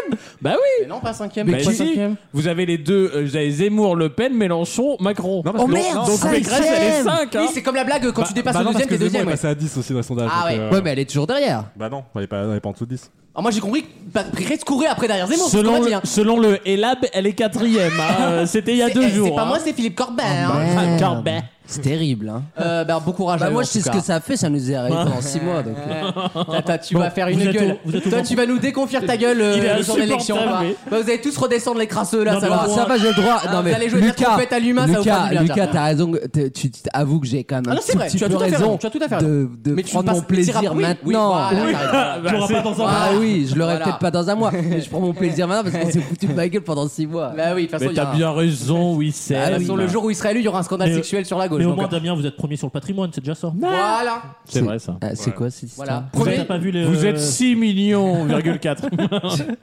[SPEAKER 4] Bah oui
[SPEAKER 2] Mais non, pas cinquième.
[SPEAKER 4] Mais
[SPEAKER 2] pas
[SPEAKER 4] si,
[SPEAKER 2] cinquième.
[SPEAKER 4] Vous avez les deux, euh, vous avez Zemmour, Le Pen, Mélenchon, Macron.
[SPEAKER 5] Non, parce
[SPEAKER 3] Oh
[SPEAKER 5] que-
[SPEAKER 3] merde,
[SPEAKER 5] non,
[SPEAKER 4] Donc Pécresse, elle est
[SPEAKER 3] cinquième
[SPEAKER 4] 5
[SPEAKER 2] Oui, c'est comme la blague quand tu dépasses
[SPEAKER 5] bah
[SPEAKER 2] le
[SPEAKER 5] non, parce
[SPEAKER 2] deuxième,
[SPEAKER 5] que
[SPEAKER 2] t'es
[SPEAKER 5] Zemmour
[SPEAKER 2] deuxième.
[SPEAKER 5] est
[SPEAKER 2] ouais.
[SPEAKER 5] passé à 10 aussi dans son sondage.
[SPEAKER 2] Ah
[SPEAKER 5] donc,
[SPEAKER 2] ouais.
[SPEAKER 5] euh,
[SPEAKER 3] Ouais, mais elle est toujours derrière.
[SPEAKER 5] Bah non, elle est pas, elle est pas en dessous de 10.
[SPEAKER 2] Ah, moi, j'ai compris que Pécresse courait après derrière Zemmour. c'est ce qu'on
[SPEAKER 4] Selon,
[SPEAKER 2] m'a dit,
[SPEAKER 4] le-
[SPEAKER 2] hein.
[SPEAKER 4] selon le Elab, elle est quatrième. hein. Euh, C'était il y a
[SPEAKER 2] C'est-
[SPEAKER 4] deux
[SPEAKER 2] eh,
[SPEAKER 4] jours.
[SPEAKER 2] C'est pas
[SPEAKER 4] hein. bah Ah,
[SPEAKER 2] moi, c'est Philippe Corbin. hein.
[SPEAKER 3] Merde.
[SPEAKER 4] Corbet.
[SPEAKER 3] C'est terrible. Hein.
[SPEAKER 2] Euh, bah, bon courage. à
[SPEAKER 3] Bah,
[SPEAKER 2] eux,
[SPEAKER 3] moi,
[SPEAKER 2] en
[SPEAKER 3] je sais
[SPEAKER 2] tout
[SPEAKER 3] ce
[SPEAKER 2] cas.
[SPEAKER 3] que ça fait. Ça nous est arrivé
[SPEAKER 4] Ah.
[SPEAKER 3] pendant six mois. Donc. euh.
[SPEAKER 2] Ouais. Attends, tu vas faire
[SPEAKER 6] vous
[SPEAKER 2] une
[SPEAKER 6] êtes
[SPEAKER 2] gueule.
[SPEAKER 6] au- vous êtes au
[SPEAKER 2] Toi,
[SPEAKER 6] bon
[SPEAKER 2] tu vas nous déconfier ta gueule
[SPEAKER 4] Il est
[SPEAKER 2] euh, le jour de l'élection.
[SPEAKER 4] insupportable,
[SPEAKER 2] quoi.
[SPEAKER 4] mais-
[SPEAKER 2] Bah, vous allez tous redescendre les crasseux là,
[SPEAKER 6] Non,
[SPEAKER 2] ça
[SPEAKER 6] mais
[SPEAKER 2] va.
[SPEAKER 6] au
[SPEAKER 3] ça va, j'ai le droit.
[SPEAKER 2] Ah,
[SPEAKER 3] non,
[SPEAKER 2] vous
[SPEAKER 3] mais
[SPEAKER 2] allez jouer de la
[SPEAKER 3] Lucas,
[SPEAKER 2] trompette à l'humain, ça va vous faire
[SPEAKER 3] Lucas,
[SPEAKER 2] du bien,
[SPEAKER 3] Lucas,
[SPEAKER 2] tiens.
[SPEAKER 3] t'as raison. t'es- Tu avoues que j'ai quand même
[SPEAKER 2] Ah
[SPEAKER 3] un
[SPEAKER 2] non, c'est
[SPEAKER 3] tout
[SPEAKER 2] vrai,
[SPEAKER 3] petit
[SPEAKER 2] tu as
[SPEAKER 3] peu
[SPEAKER 2] tout à fait raison,
[SPEAKER 3] raison
[SPEAKER 2] tu as tout à fait raison.
[SPEAKER 3] de, de
[SPEAKER 2] Mais tu
[SPEAKER 3] prendre
[SPEAKER 2] passes
[SPEAKER 3] mon plaisir
[SPEAKER 2] plaisir- oui, oui,
[SPEAKER 3] maintenant.
[SPEAKER 2] voilà, t'as raison.
[SPEAKER 4] Ah, bah,
[SPEAKER 6] Tu l'auras
[SPEAKER 4] c'est-
[SPEAKER 6] pas dans un
[SPEAKER 3] Ah
[SPEAKER 6] bras.
[SPEAKER 3] oui, je l'aurais
[SPEAKER 2] Voilà.
[SPEAKER 3] peut-être pas dans un mois, mais je prends mon plaisir maintenant parce qu'on s'est foutu de ma gueule pendant six mois.
[SPEAKER 2] Bah oui, de toute façon,
[SPEAKER 4] Mais
[SPEAKER 2] il y a
[SPEAKER 4] t'as
[SPEAKER 2] un-
[SPEAKER 4] bien raison, oui, c'est.
[SPEAKER 3] Ah
[SPEAKER 2] De toute façon,
[SPEAKER 3] bah
[SPEAKER 2] le jour où il sera élu, il y aura un scandale
[SPEAKER 6] Mais-
[SPEAKER 2] sexuel sur la gauche.
[SPEAKER 6] Mais au
[SPEAKER 2] donc,
[SPEAKER 6] moins,
[SPEAKER 2] euh,
[SPEAKER 6] Damien, vous êtes premier sur le patrimoine, c'est déjà ça.
[SPEAKER 2] Voilà.
[SPEAKER 4] C'est vrai ça.
[SPEAKER 3] Ah, c'est quoi cette histoire
[SPEAKER 2] Voilà.
[SPEAKER 6] Vous
[SPEAKER 2] Premier-
[SPEAKER 6] n'avez pas vu les.
[SPEAKER 4] Vous êtes 6 millions, 4.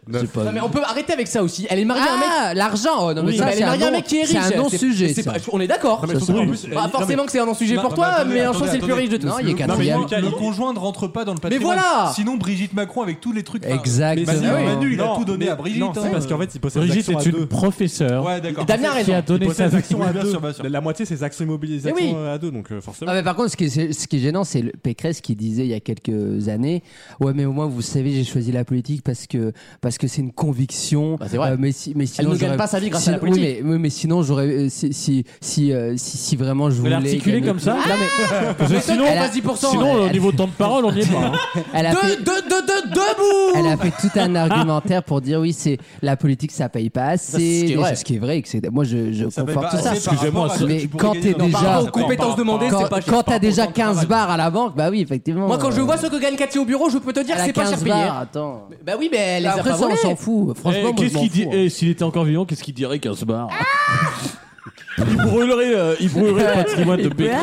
[SPEAKER 2] Non, mais on peut arrêter avec ça aussi. Elle est mariée à un mec.
[SPEAKER 3] Ah, l'argent oh, non, mais
[SPEAKER 2] Oui,
[SPEAKER 3] ça,
[SPEAKER 2] mais elle
[SPEAKER 3] c'est
[SPEAKER 2] est
[SPEAKER 3] un
[SPEAKER 2] mariée à un
[SPEAKER 3] non-
[SPEAKER 2] mec qui est riche.
[SPEAKER 3] C'est un non-sujet.
[SPEAKER 2] c'est
[SPEAKER 3] ça.
[SPEAKER 2] pas- On est d'accord.
[SPEAKER 5] mais surtout, en plus, elle-
[SPEAKER 2] Bah,
[SPEAKER 5] non,
[SPEAKER 2] Forcément que c'est un non-sujet
[SPEAKER 7] Non,
[SPEAKER 2] pour
[SPEAKER 7] non,
[SPEAKER 2] toi,
[SPEAKER 7] mais attendez,
[SPEAKER 2] mais Mélenchon, c'est le plus
[SPEAKER 7] attendez,
[SPEAKER 2] riche de tous.
[SPEAKER 3] Non, il est
[SPEAKER 7] Non, mais
[SPEAKER 3] quatrième.
[SPEAKER 7] moi, le conjoint ne rentre pas dans le patrimoine.
[SPEAKER 2] voilà
[SPEAKER 7] Sinon, Brigitte Macron avec tous les trucs. enfin, Manu,
[SPEAKER 3] Exactement.
[SPEAKER 7] Manu, il a
[SPEAKER 5] Non,
[SPEAKER 7] tout donné
[SPEAKER 5] mais-
[SPEAKER 7] à Brigitte.
[SPEAKER 5] Non, c'est
[SPEAKER 7] hein.
[SPEAKER 5] parce qu'en fait, il possède
[SPEAKER 4] Brigitte
[SPEAKER 5] des actions
[SPEAKER 4] est
[SPEAKER 5] à
[SPEAKER 4] une
[SPEAKER 5] deux.
[SPEAKER 4] professeure
[SPEAKER 7] Ouais, d'accord.
[SPEAKER 2] Damien a
[SPEAKER 4] qui a
[SPEAKER 2] raison.
[SPEAKER 5] Il
[SPEAKER 4] donné sa
[SPEAKER 5] possède des actions
[SPEAKER 4] version
[SPEAKER 5] à
[SPEAKER 4] à
[SPEAKER 5] deux.
[SPEAKER 4] deux.
[SPEAKER 5] La- La moitié, c'est des actions immobilisations
[SPEAKER 2] Eh oui.
[SPEAKER 5] euh, à deux, donc euh, forcément.
[SPEAKER 3] Ah, mais par contre, ce qui est, ce qui est gênant, c'est le Pécresse qui disait il y a quelques années Ouais, mais au moins, vous savez, j'ai choisi la politique parce que parce que c'est une conviction. Euh,
[SPEAKER 2] Bah, c'est vrai.
[SPEAKER 3] mais si, mais sinon,
[SPEAKER 2] ne gagne
[SPEAKER 3] j'aurais-
[SPEAKER 2] pas sa vie grâce
[SPEAKER 3] si-
[SPEAKER 2] à la politique.
[SPEAKER 3] Oui, mais, oui, mais sinon, j'aurais euh, si si si, euh, si, si vraiment je
[SPEAKER 4] Vous
[SPEAKER 3] voulais.
[SPEAKER 4] l'articulez
[SPEAKER 3] gagner-
[SPEAKER 4] comme ça
[SPEAKER 3] Non,
[SPEAKER 2] Ah
[SPEAKER 3] mais
[SPEAKER 4] Parce que sinon,
[SPEAKER 3] elle a-
[SPEAKER 4] vas-y pour cent. Sinon, au
[SPEAKER 3] Elle-
[SPEAKER 4] niveau de temps de parole, on n'y est pas. hein.
[SPEAKER 3] elle a fait-
[SPEAKER 2] Deux, deux, deux, deux, debout
[SPEAKER 3] Elle a fait tout un argumentaire pour dire oui, c'est la politique, ça paye pas assez,
[SPEAKER 2] c'est ce qui est
[SPEAKER 3] des
[SPEAKER 2] vrai.
[SPEAKER 3] choses- ce qui est vrai, et que c'est- moi je, je
[SPEAKER 7] Ça fait
[SPEAKER 3] conforte
[SPEAKER 7] pas
[SPEAKER 3] tout ça.
[SPEAKER 7] assez par
[SPEAKER 4] Excusez-moi,
[SPEAKER 7] rapport à ce
[SPEAKER 3] mais
[SPEAKER 7] que tu pourrais
[SPEAKER 3] quand
[SPEAKER 7] gagner
[SPEAKER 3] t'es
[SPEAKER 7] dans le
[SPEAKER 3] déjà-
[SPEAKER 2] Oh,
[SPEAKER 7] patrimoine.
[SPEAKER 2] Par rapport aux compétences demandées,
[SPEAKER 3] Quand,
[SPEAKER 2] c'est pas cher.
[SPEAKER 3] quand
[SPEAKER 2] Par
[SPEAKER 3] t'as déjà
[SPEAKER 2] rapport au temps de
[SPEAKER 3] 15
[SPEAKER 2] travail.
[SPEAKER 3] bars à la banque, bah oui, effectivement.
[SPEAKER 2] Moi, quand je
[SPEAKER 3] euh,
[SPEAKER 2] vois ce que gagne Cathy au bureau, je peux te dire que
[SPEAKER 3] elle
[SPEAKER 2] c'est pas
[SPEAKER 3] a 15
[SPEAKER 2] cher payé.
[SPEAKER 3] bars, attends.
[SPEAKER 2] Bah oui, mais elle les a
[SPEAKER 3] Après
[SPEAKER 2] pas
[SPEAKER 3] ça, on
[SPEAKER 2] volés.
[SPEAKER 3] s'en fout. Franchement,
[SPEAKER 4] Eh,
[SPEAKER 3] moi, je
[SPEAKER 4] qu'est-ce
[SPEAKER 3] m'en hein.
[SPEAKER 4] qu'il dit
[SPEAKER 3] fous.
[SPEAKER 4] eh, S'il était encore vivant, qu'est-ce qu'il dirait qu'un se barre Il brûlerait, euh, il brûlerait le
[SPEAKER 2] Eh,
[SPEAKER 4] patrimoine de Pécresse.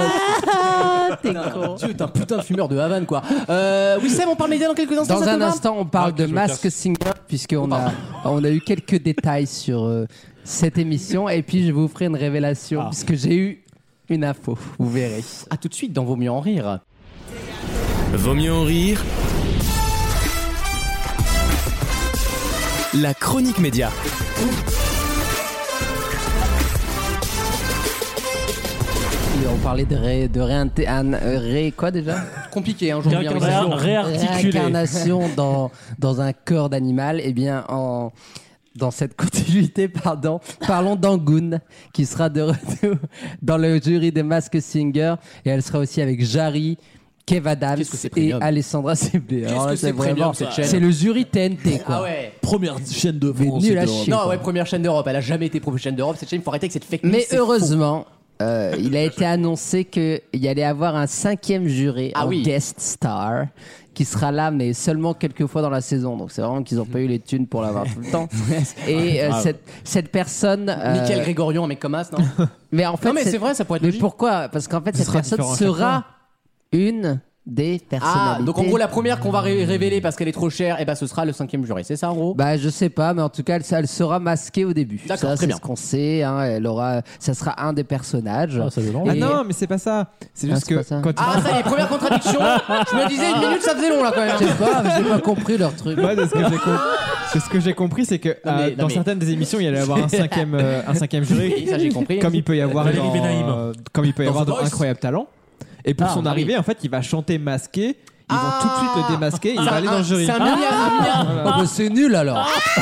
[SPEAKER 2] Ah, t'es con. Tu es un putain de fumeur de Havane, quoi. Euh, oui, Sam, on parle média dans quelques instants.
[SPEAKER 3] Dans
[SPEAKER 2] ça te
[SPEAKER 3] un
[SPEAKER 2] va Ah,
[SPEAKER 3] instant, on parle de Mask Singer, puisqu'on a, on a eu quelques détails sur euh, cette émission. Et puis, je vous ferai une révélation, puisque j'ai eu une info. Vous verrez.
[SPEAKER 2] Ah. À tout de suite dans Vaut mieux en rire.
[SPEAKER 1] Vaut mieux en rire. La chronique média.
[SPEAKER 3] Et on parlait de ré, de réinté- un- euh, ré- quoi déjà
[SPEAKER 2] Compliqué, hein, aujourd'hui, hein,
[SPEAKER 3] Réincarnation.
[SPEAKER 2] mais ça-
[SPEAKER 3] Réincarnation dans, dans un corps d'animal. Eh bien, en, dans cette continuité, pardon, parlons d'Angoon, qui sera de retour dans le jury des Mask Singer. Et elle sera aussi avec Jarry. Kev Adams
[SPEAKER 2] que c'est
[SPEAKER 3] et
[SPEAKER 2] premium
[SPEAKER 3] Alessandra Siblé.
[SPEAKER 2] Qu'est-ce
[SPEAKER 3] Alors là,
[SPEAKER 2] que c'est
[SPEAKER 3] vraiment-
[SPEAKER 2] premium, cette chaîne
[SPEAKER 3] C'est le jury TNT, quoi.
[SPEAKER 2] Ah ouais.
[SPEAKER 4] Première chaîne de
[SPEAKER 3] France nul et à d'Europe. chier,
[SPEAKER 2] Non,
[SPEAKER 3] quoi.
[SPEAKER 2] ouais, première chaîne d'Europe. Elle a jamais été première chaîne d'Europe. Cette chaîne, il faut arrêter avec cette fake news.
[SPEAKER 3] Mais
[SPEAKER 2] c'est
[SPEAKER 3] heureusement, euh, il a été annoncé qu'il y allait avoir un cinquième juré,
[SPEAKER 2] Ah
[SPEAKER 3] un
[SPEAKER 2] oui.
[SPEAKER 3] guest star, qui sera là, mais seulement quelques fois dans la saison. Donc c'est vraiment qu'ils n'ont pas eu les thunes pour l'avoir tout le temps. Et euh,
[SPEAKER 2] grave.
[SPEAKER 3] cette, cette personne.
[SPEAKER 2] faux.
[SPEAKER 3] euh,
[SPEAKER 2] Michael Grégorian, un mec comme As, non
[SPEAKER 3] mais en fait,
[SPEAKER 2] Non, mais
[SPEAKER 3] cette-
[SPEAKER 2] c'est vrai, ça pourrait être
[SPEAKER 3] Mais
[SPEAKER 2] logique.
[SPEAKER 3] pourquoi Parce qu'en fait,
[SPEAKER 2] Ce
[SPEAKER 3] cette
[SPEAKER 2] sera
[SPEAKER 3] personne
[SPEAKER 2] différent à chaque
[SPEAKER 3] sera
[SPEAKER 2] fois.
[SPEAKER 3] une des personnalités.
[SPEAKER 2] Ah, donc en gros, la première qu'on va ré- révéler parce qu'elle est trop chère, et ben ce sera le cinquième juré. C'est ça, en gros
[SPEAKER 3] Bah, je sais pas, mais en tout cas, elle, elle sera masquée au début.
[SPEAKER 2] D'accord,
[SPEAKER 3] Ça,
[SPEAKER 2] très
[SPEAKER 3] c'est
[SPEAKER 2] bien.
[SPEAKER 3] ce qu'on sait. hein, elle aura, ça sera un des personnages.
[SPEAKER 6] Ah, ça donne
[SPEAKER 13] Ah
[SPEAKER 3] Et-
[SPEAKER 13] non, mais c'est pas ça. C'est
[SPEAKER 3] Ah,
[SPEAKER 13] juste
[SPEAKER 3] c'est pas
[SPEAKER 13] que
[SPEAKER 3] ça.
[SPEAKER 13] quand tu
[SPEAKER 2] Ah, ça y est, première contradiction. Je me disais une minute, ça faisait long là quand
[SPEAKER 3] Je
[SPEAKER 2] même.
[SPEAKER 3] sais pas, j'ai pas compris leur truc.
[SPEAKER 13] Moi, Bah, de ce que j'ai com- de ce que j'ai compris, c'est que
[SPEAKER 2] Non, mais-
[SPEAKER 13] euh,
[SPEAKER 2] non,
[SPEAKER 13] dans
[SPEAKER 2] mais-
[SPEAKER 13] certaines des émissions, il y allait avoir un cinquième, euh, un cinquième jury,
[SPEAKER 2] Oui, ça, j'ai compris.
[SPEAKER 13] comme il peut y avoir
[SPEAKER 6] Valérie
[SPEAKER 13] dans,
[SPEAKER 6] Benaïm.
[SPEAKER 13] euh, comme il peut y
[SPEAKER 2] Dans
[SPEAKER 13] avoir
[SPEAKER 2] The
[SPEAKER 13] dans
[SPEAKER 2] Voice.
[SPEAKER 13] Incroyable Talent. Et pour
[SPEAKER 2] Ah,
[SPEAKER 13] son
[SPEAKER 2] ah oui.
[SPEAKER 13] arrivée, en fait, il va chanter masqué. Ils
[SPEAKER 2] Ah.
[SPEAKER 13] vont tout de suite le démasquer. Il
[SPEAKER 2] C'est
[SPEAKER 13] va aller
[SPEAKER 2] un-
[SPEAKER 13] dans le jury.
[SPEAKER 2] C'est un milliard, un milliard.
[SPEAKER 3] Ah, bah, c'est nul alors.
[SPEAKER 2] Ah.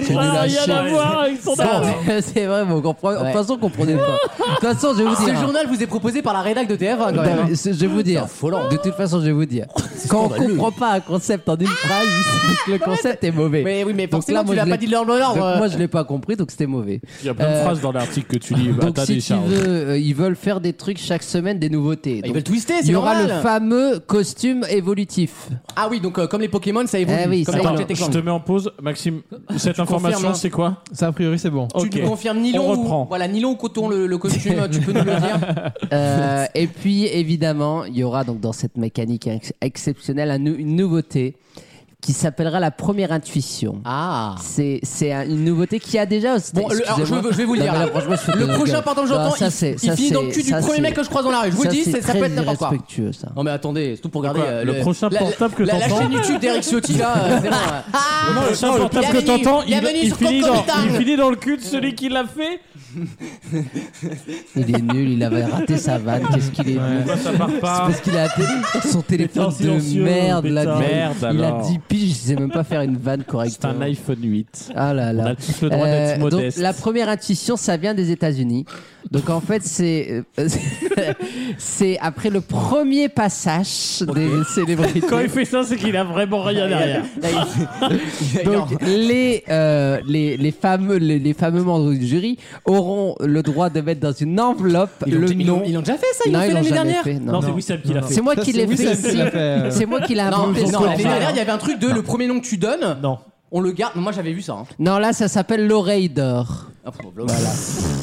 [SPEAKER 3] c'est nul à
[SPEAKER 8] rien
[SPEAKER 3] chier.
[SPEAKER 8] à voir avec son
[SPEAKER 3] Bon, mais c'est vrai, mais on comprend. De
[SPEAKER 2] Ouais.
[SPEAKER 3] toute façon, on comprenait pas. De toute façon, je vais vous
[SPEAKER 2] Ce
[SPEAKER 3] dire. hein.
[SPEAKER 2] journal vous est proposé par la rédac de TF1 quand même.
[SPEAKER 3] Non, Ah Bah,
[SPEAKER 2] hein.
[SPEAKER 3] mais c'est- je vais vous dire. De toute façon, je vais vous dire. Quand on comprend pas un concept en une phrase, c'est que le concept est mauvais.
[SPEAKER 2] Ah. Mais euh, oui, mais
[SPEAKER 3] Donc là,
[SPEAKER 2] forcément,
[SPEAKER 3] moi,
[SPEAKER 2] tu l'as
[SPEAKER 3] je
[SPEAKER 2] pas
[SPEAKER 3] l'ai-
[SPEAKER 2] dit dans
[SPEAKER 3] Donc,
[SPEAKER 2] l'ordre.
[SPEAKER 3] moi, je l'ai pas compris, donc c'était mauvais.
[SPEAKER 4] Il y a plein de
[SPEAKER 3] Euh,
[SPEAKER 4] phrases dans l'article que tu lis. Bah,
[SPEAKER 3] Donc
[SPEAKER 4] t'as
[SPEAKER 3] si
[SPEAKER 4] des
[SPEAKER 3] tu
[SPEAKER 4] charges.
[SPEAKER 3] veux, euh, ils veulent faire des trucs chaque semaine, des
[SPEAKER 2] Ah,
[SPEAKER 3] nouveautés.
[SPEAKER 2] Ils
[SPEAKER 3] Donc,
[SPEAKER 2] veulent twister,
[SPEAKER 3] il
[SPEAKER 2] c'est
[SPEAKER 3] y aura
[SPEAKER 2] normal.
[SPEAKER 3] le fameux costume évolutif.
[SPEAKER 2] Ah oui, donc euh, comme les Pokémon, ça évolue.
[SPEAKER 3] Eh oui,
[SPEAKER 2] comme
[SPEAKER 3] ça
[SPEAKER 2] les
[SPEAKER 4] Attends,
[SPEAKER 3] Attends,
[SPEAKER 2] Ratchet et
[SPEAKER 4] je
[SPEAKER 2] Clank.
[SPEAKER 4] te mets en pause, Maxime. Cette
[SPEAKER 2] confirmes,
[SPEAKER 4] information,
[SPEAKER 2] hein
[SPEAKER 4] c'est quoi
[SPEAKER 13] Ça, a priori, c'est bon.
[SPEAKER 2] Tu nous confirmes nylon
[SPEAKER 4] on
[SPEAKER 2] ou,
[SPEAKER 4] reprend.
[SPEAKER 2] voilà, nylon ou coton le, le costume, tu peux nous le dire.
[SPEAKER 3] Euh, et puis évidemment, il y aura donc dans cette mécanique ex- exceptionnelle un nou- une nouveauté qui s'appellera la première intuition.
[SPEAKER 2] Ah.
[SPEAKER 3] C'est c'est un- une nouveauté qui a déjà.
[SPEAKER 2] Bon, le- alors, je, veux- je vais vous le
[SPEAKER 3] Non,
[SPEAKER 2] dire.
[SPEAKER 3] mais là,
[SPEAKER 2] là.
[SPEAKER 3] franchement, je fais
[SPEAKER 2] le
[SPEAKER 3] de la
[SPEAKER 2] prochain,
[SPEAKER 3] gueule.
[SPEAKER 2] par exemple,
[SPEAKER 3] Non,
[SPEAKER 2] j'entends,
[SPEAKER 3] ça,
[SPEAKER 2] il,
[SPEAKER 3] c'est-
[SPEAKER 2] il
[SPEAKER 3] ça,
[SPEAKER 2] finit dans le
[SPEAKER 3] c'est-
[SPEAKER 2] cul du
[SPEAKER 3] ça,
[SPEAKER 2] premier
[SPEAKER 3] c'est-
[SPEAKER 2] mec que je croise dans la rue. Je vous le
[SPEAKER 3] ça,
[SPEAKER 2] dis,
[SPEAKER 3] c'est
[SPEAKER 2] c'est- ça
[SPEAKER 3] très
[SPEAKER 2] peut être n'importe quoi.
[SPEAKER 3] irrespectueux, ça.
[SPEAKER 2] Non mais attendez, c'est tout pour regarder
[SPEAKER 4] Quoi,
[SPEAKER 2] euh,
[SPEAKER 4] le prochain
[SPEAKER 2] la-
[SPEAKER 4] portable que
[SPEAKER 2] la, la
[SPEAKER 4] t'entends
[SPEAKER 2] chaîne YouTube d'Eric Ciotti là, euh, c'est bon. hein.
[SPEAKER 3] Ah,
[SPEAKER 4] Non, le seul
[SPEAKER 2] non, le-
[SPEAKER 4] portable que
[SPEAKER 2] bienvenue,
[SPEAKER 4] t'entends, il,
[SPEAKER 2] bienvenue
[SPEAKER 4] il
[SPEAKER 2] sur
[SPEAKER 4] finit dans,
[SPEAKER 2] Concomitant.
[SPEAKER 4] il finit dans le cul de celui qui l'a fait.
[SPEAKER 3] Il est nul, il avait raté sa vanne. Qu'est-ce qu'il est nul
[SPEAKER 7] Ça part
[SPEAKER 3] C'est
[SPEAKER 7] pas.
[SPEAKER 3] parce qu'il a raté son téléphone de
[SPEAKER 4] silencieux,
[SPEAKER 3] merde là.
[SPEAKER 4] putain.
[SPEAKER 3] du-
[SPEAKER 4] Merde,
[SPEAKER 3] il a
[SPEAKER 4] alors.
[SPEAKER 3] 10 piges, je sais même pas faire une vanne
[SPEAKER 4] C'est
[SPEAKER 3] correctement.
[SPEAKER 4] un iPhone 8.
[SPEAKER 3] Ah là
[SPEAKER 4] On
[SPEAKER 3] là.
[SPEAKER 4] a tous le droit d'être
[SPEAKER 3] Euh, donc,
[SPEAKER 4] modeste.
[SPEAKER 3] la première intuition, ça vient des États-Unis. Donc en fait, c'est euh, c'est après le premier passage des célébrités.
[SPEAKER 4] Quand il fait ça, c'est qu'il a vraiment rien derrière.
[SPEAKER 3] Donc les, euh, les, les fameux les, les fameux membres du jury auront le droit de mettre dans une enveloppe
[SPEAKER 2] Ils l'ont-
[SPEAKER 3] le
[SPEAKER 2] ils l'ont-
[SPEAKER 3] nom.
[SPEAKER 2] Ils l'ont déjà fait ça, ils l'ont
[SPEAKER 3] non,
[SPEAKER 2] fait
[SPEAKER 3] ils l'ont
[SPEAKER 2] l'année
[SPEAKER 3] jamais
[SPEAKER 2] dernière.
[SPEAKER 3] fait,
[SPEAKER 6] Non, c'est Wissem qui l'a fait.
[SPEAKER 3] C'est moi
[SPEAKER 13] Ça,
[SPEAKER 3] qui
[SPEAKER 13] c'est
[SPEAKER 3] l'ai fait
[SPEAKER 13] Wissem qui
[SPEAKER 3] ici.
[SPEAKER 13] l'a fait, euh.
[SPEAKER 3] C'est moi qui l'ai
[SPEAKER 2] Non,
[SPEAKER 3] inventé.
[SPEAKER 2] non,
[SPEAKER 3] ce
[SPEAKER 2] l'année
[SPEAKER 3] truc.
[SPEAKER 2] dernière, il y avait un truc de le premier nom que tu donnes,
[SPEAKER 6] Non.
[SPEAKER 2] on le garde. Moi j'avais vu ça. hein.
[SPEAKER 3] Non, là, ça s'appelle l'oreille d'or.
[SPEAKER 2] Ah, pff, voilà.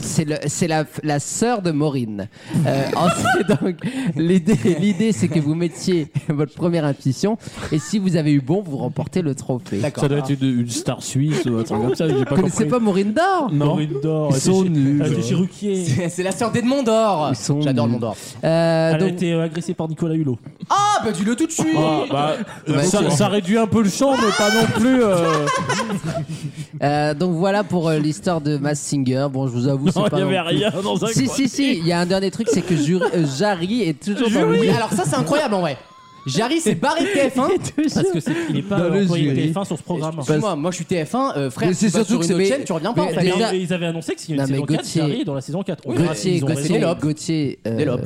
[SPEAKER 3] C'est le- c'est la, la sœur de Maureen. Euh, ensuite, donc, l'idée, l'idée, c'est que vous mettiez votre première intuition et si vous avez eu bon, vous remportez le trophée.
[SPEAKER 4] Ça doit être une, une star suisse ou un truc comme ça. J'ai pas
[SPEAKER 3] Vous connaissez
[SPEAKER 4] compris.
[SPEAKER 3] pas Maureen d'or
[SPEAKER 4] Non.
[SPEAKER 3] Ils sont nuls.
[SPEAKER 6] Elle était chez Ruquier.
[SPEAKER 2] C'est c'est la sœur d'Edmond d'Or.
[SPEAKER 3] Ils sont
[SPEAKER 2] J'adore le monde
[SPEAKER 3] nuls.
[SPEAKER 2] d'Or.
[SPEAKER 3] Euh,
[SPEAKER 6] Elle a
[SPEAKER 3] donc,
[SPEAKER 6] été euh, agressée par Nicolas Hulot.
[SPEAKER 2] Ah bah dis-le tout de suite.
[SPEAKER 4] Ah, bah, euh, ça, ça réduit un peu le champ, mais pas non plus. euh,
[SPEAKER 3] euh, donc voilà pour euh, l'histoire de Mass Singer. Bon, je vous avoue,
[SPEAKER 4] Non,
[SPEAKER 3] c'est
[SPEAKER 4] il
[SPEAKER 3] pas.
[SPEAKER 4] n'y avait
[SPEAKER 3] non plus-
[SPEAKER 4] rien dans un
[SPEAKER 3] Si,
[SPEAKER 4] coin.
[SPEAKER 3] si, si, il y a un dernier truc, c'est que Jur- euh, Jarry est toujours dans le
[SPEAKER 2] Oui, alors ça c'est incroyable en vrai. Jarry s'est barré de hein. TF1.
[SPEAKER 6] Parce que c'est, il est pas
[SPEAKER 3] Dans le
[SPEAKER 6] employé
[SPEAKER 3] jury.
[SPEAKER 6] TF1 sur ce programme.
[SPEAKER 2] Excuse-moi, moi je suis TF1, euh, frère.
[SPEAKER 3] Mais
[SPEAKER 2] C'est
[SPEAKER 3] c'est
[SPEAKER 2] surtout sur une
[SPEAKER 3] surtout que c'est-
[SPEAKER 2] autre
[SPEAKER 3] mais-
[SPEAKER 2] chaîne, tu reviens pas.
[SPEAKER 3] mais
[SPEAKER 2] en fait.
[SPEAKER 6] Mais
[SPEAKER 3] déjà-
[SPEAKER 6] Ils avaient annoncé que s'il y a une
[SPEAKER 3] Non, mais
[SPEAKER 6] saison 4,
[SPEAKER 3] Gauthier-
[SPEAKER 6] Jarry est dans la saison 4. On verra,
[SPEAKER 3] Gauthier,
[SPEAKER 6] ils ont raison.
[SPEAKER 3] Gauthier, Gauthier, euh,
[SPEAKER 2] Délop.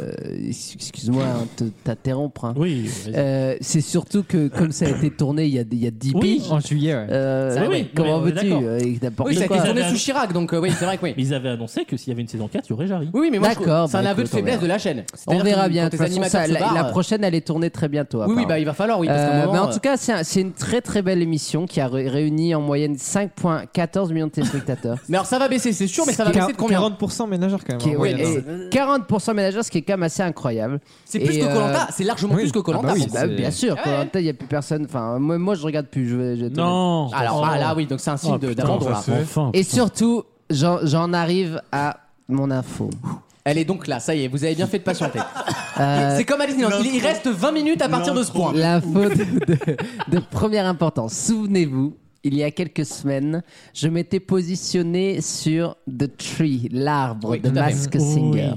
[SPEAKER 3] excuse-moi hein, de t'interrompre. hein.
[SPEAKER 4] Oui,
[SPEAKER 3] Euh, c'est surtout que comme ça a été tourné il y a, il y a 10
[SPEAKER 2] Oui,
[SPEAKER 3] piges,
[SPEAKER 2] en juillet, ouais.
[SPEAKER 3] euh,
[SPEAKER 2] Ça, oui,
[SPEAKER 3] comment
[SPEAKER 2] non, mais on est
[SPEAKER 3] veux-tu
[SPEAKER 2] d'accord.
[SPEAKER 3] euh, avec n'importe
[SPEAKER 2] Oui, ça a
[SPEAKER 3] quoi.
[SPEAKER 2] été tourné sous Chirac, donc euh, oui, c'est vrai que oui.
[SPEAKER 6] Ils avaient annoncé que s'il y avait une saison 4, il y aurait Jarry.
[SPEAKER 2] Oui, oui, mais moi, je trouve-
[SPEAKER 3] D'accord,
[SPEAKER 2] c'est un
[SPEAKER 3] bah,
[SPEAKER 2] aveu de
[SPEAKER 3] écoute, on
[SPEAKER 2] faiblesse
[SPEAKER 3] verra.
[SPEAKER 2] de la chaîne.
[SPEAKER 3] On
[SPEAKER 2] C'est-à-dire
[SPEAKER 3] verra
[SPEAKER 2] que
[SPEAKER 3] bien.
[SPEAKER 2] quand
[SPEAKER 3] De toute
[SPEAKER 2] tes
[SPEAKER 3] façon,
[SPEAKER 2] animateurs
[SPEAKER 3] ça,
[SPEAKER 2] se
[SPEAKER 3] la, la
[SPEAKER 2] barrent,
[SPEAKER 3] prochaine, elle est tournée très bientôt.
[SPEAKER 2] Oui, oui,
[SPEAKER 3] apparemment.
[SPEAKER 2] bah, il va falloir, oui, parce qu'à un moment,
[SPEAKER 3] mais en
[SPEAKER 2] euh,
[SPEAKER 3] tout cas, c'est un- c'est une très très belle émission qui a ré- réuni en moyenne 5,14 millions de téléspectateurs.
[SPEAKER 2] Mais alors ça va baisser, c'est sûr, mais ça va baisser de combien
[SPEAKER 13] 40% ménageurs quand même.
[SPEAKER 3] Qui est-
[SPEAKER 13] en
[SPEAKER 3] ouais,
[SPEAKER 13] moyenne.
[SPEAKER 3] et 40% ménageurs, ce qui est quand même assez incroyable.
[SPEAKER 2] C'est plus
[SPEAKER 3] Et,
[SPEAKER 2] que
[SPEAKER 3] euh,
[SPEAKER 2] Koh-Lanta, c'est largement
[SPEAKER 3] oui.
[SPEAKER 2] plus que Koh-Lanta.
[SPEAKER 3] Ah bah oui,
[SPEAKER 2] pour
[SPEAKER 3] bah,
[SPEAKER 2] moi.
[SPEAKER 3] bien sûr,
[SPEAKER 2] Ah ouais.
[SPEAKER 3] Koh-Lanta, il n'y a plus personne. Enfin, moi, moi, je regarde plus. Je, vais- je vais être
[SPEAKER 4] Non.
[SPEAKER 3] honnête. Alors, ah, là, oui, donc c'est un signe
[SPEAKER 4] Oh,
[SPEAKER 3] de-
[SPEAKER 4] putain,
[SPEAKER 3] d'abandon.
[SPEAKER 4] ça
[SPEAKER 3] là.
[SPEAKER 4] se fait. Enfin,
[SPEAKER 3] Et
[SPEAKER 4] putain.
[SPEAKER 3] surtout, j'en j'en arrive à mon info.
[SPEAKER 2] Elle est donc là, ça y est, vous avez bien fait de patienter.
[SPEAKER 3] Euh,
[SPEAKER 2] c'est comme Alice Nino, il il reste 20 minutes à partir de ce point.
[SPEAKER 3] L'info de, de- de première importance. Souvenez-vous, il y a quelques semaines, je m'étais positionné sur The Tree, l'arbre
[SPEAKER 2] Oui,
[SPEAKER 3] de
[SPEAKER 2] tout à fait.
[SPEAKER 3] Mask Singer.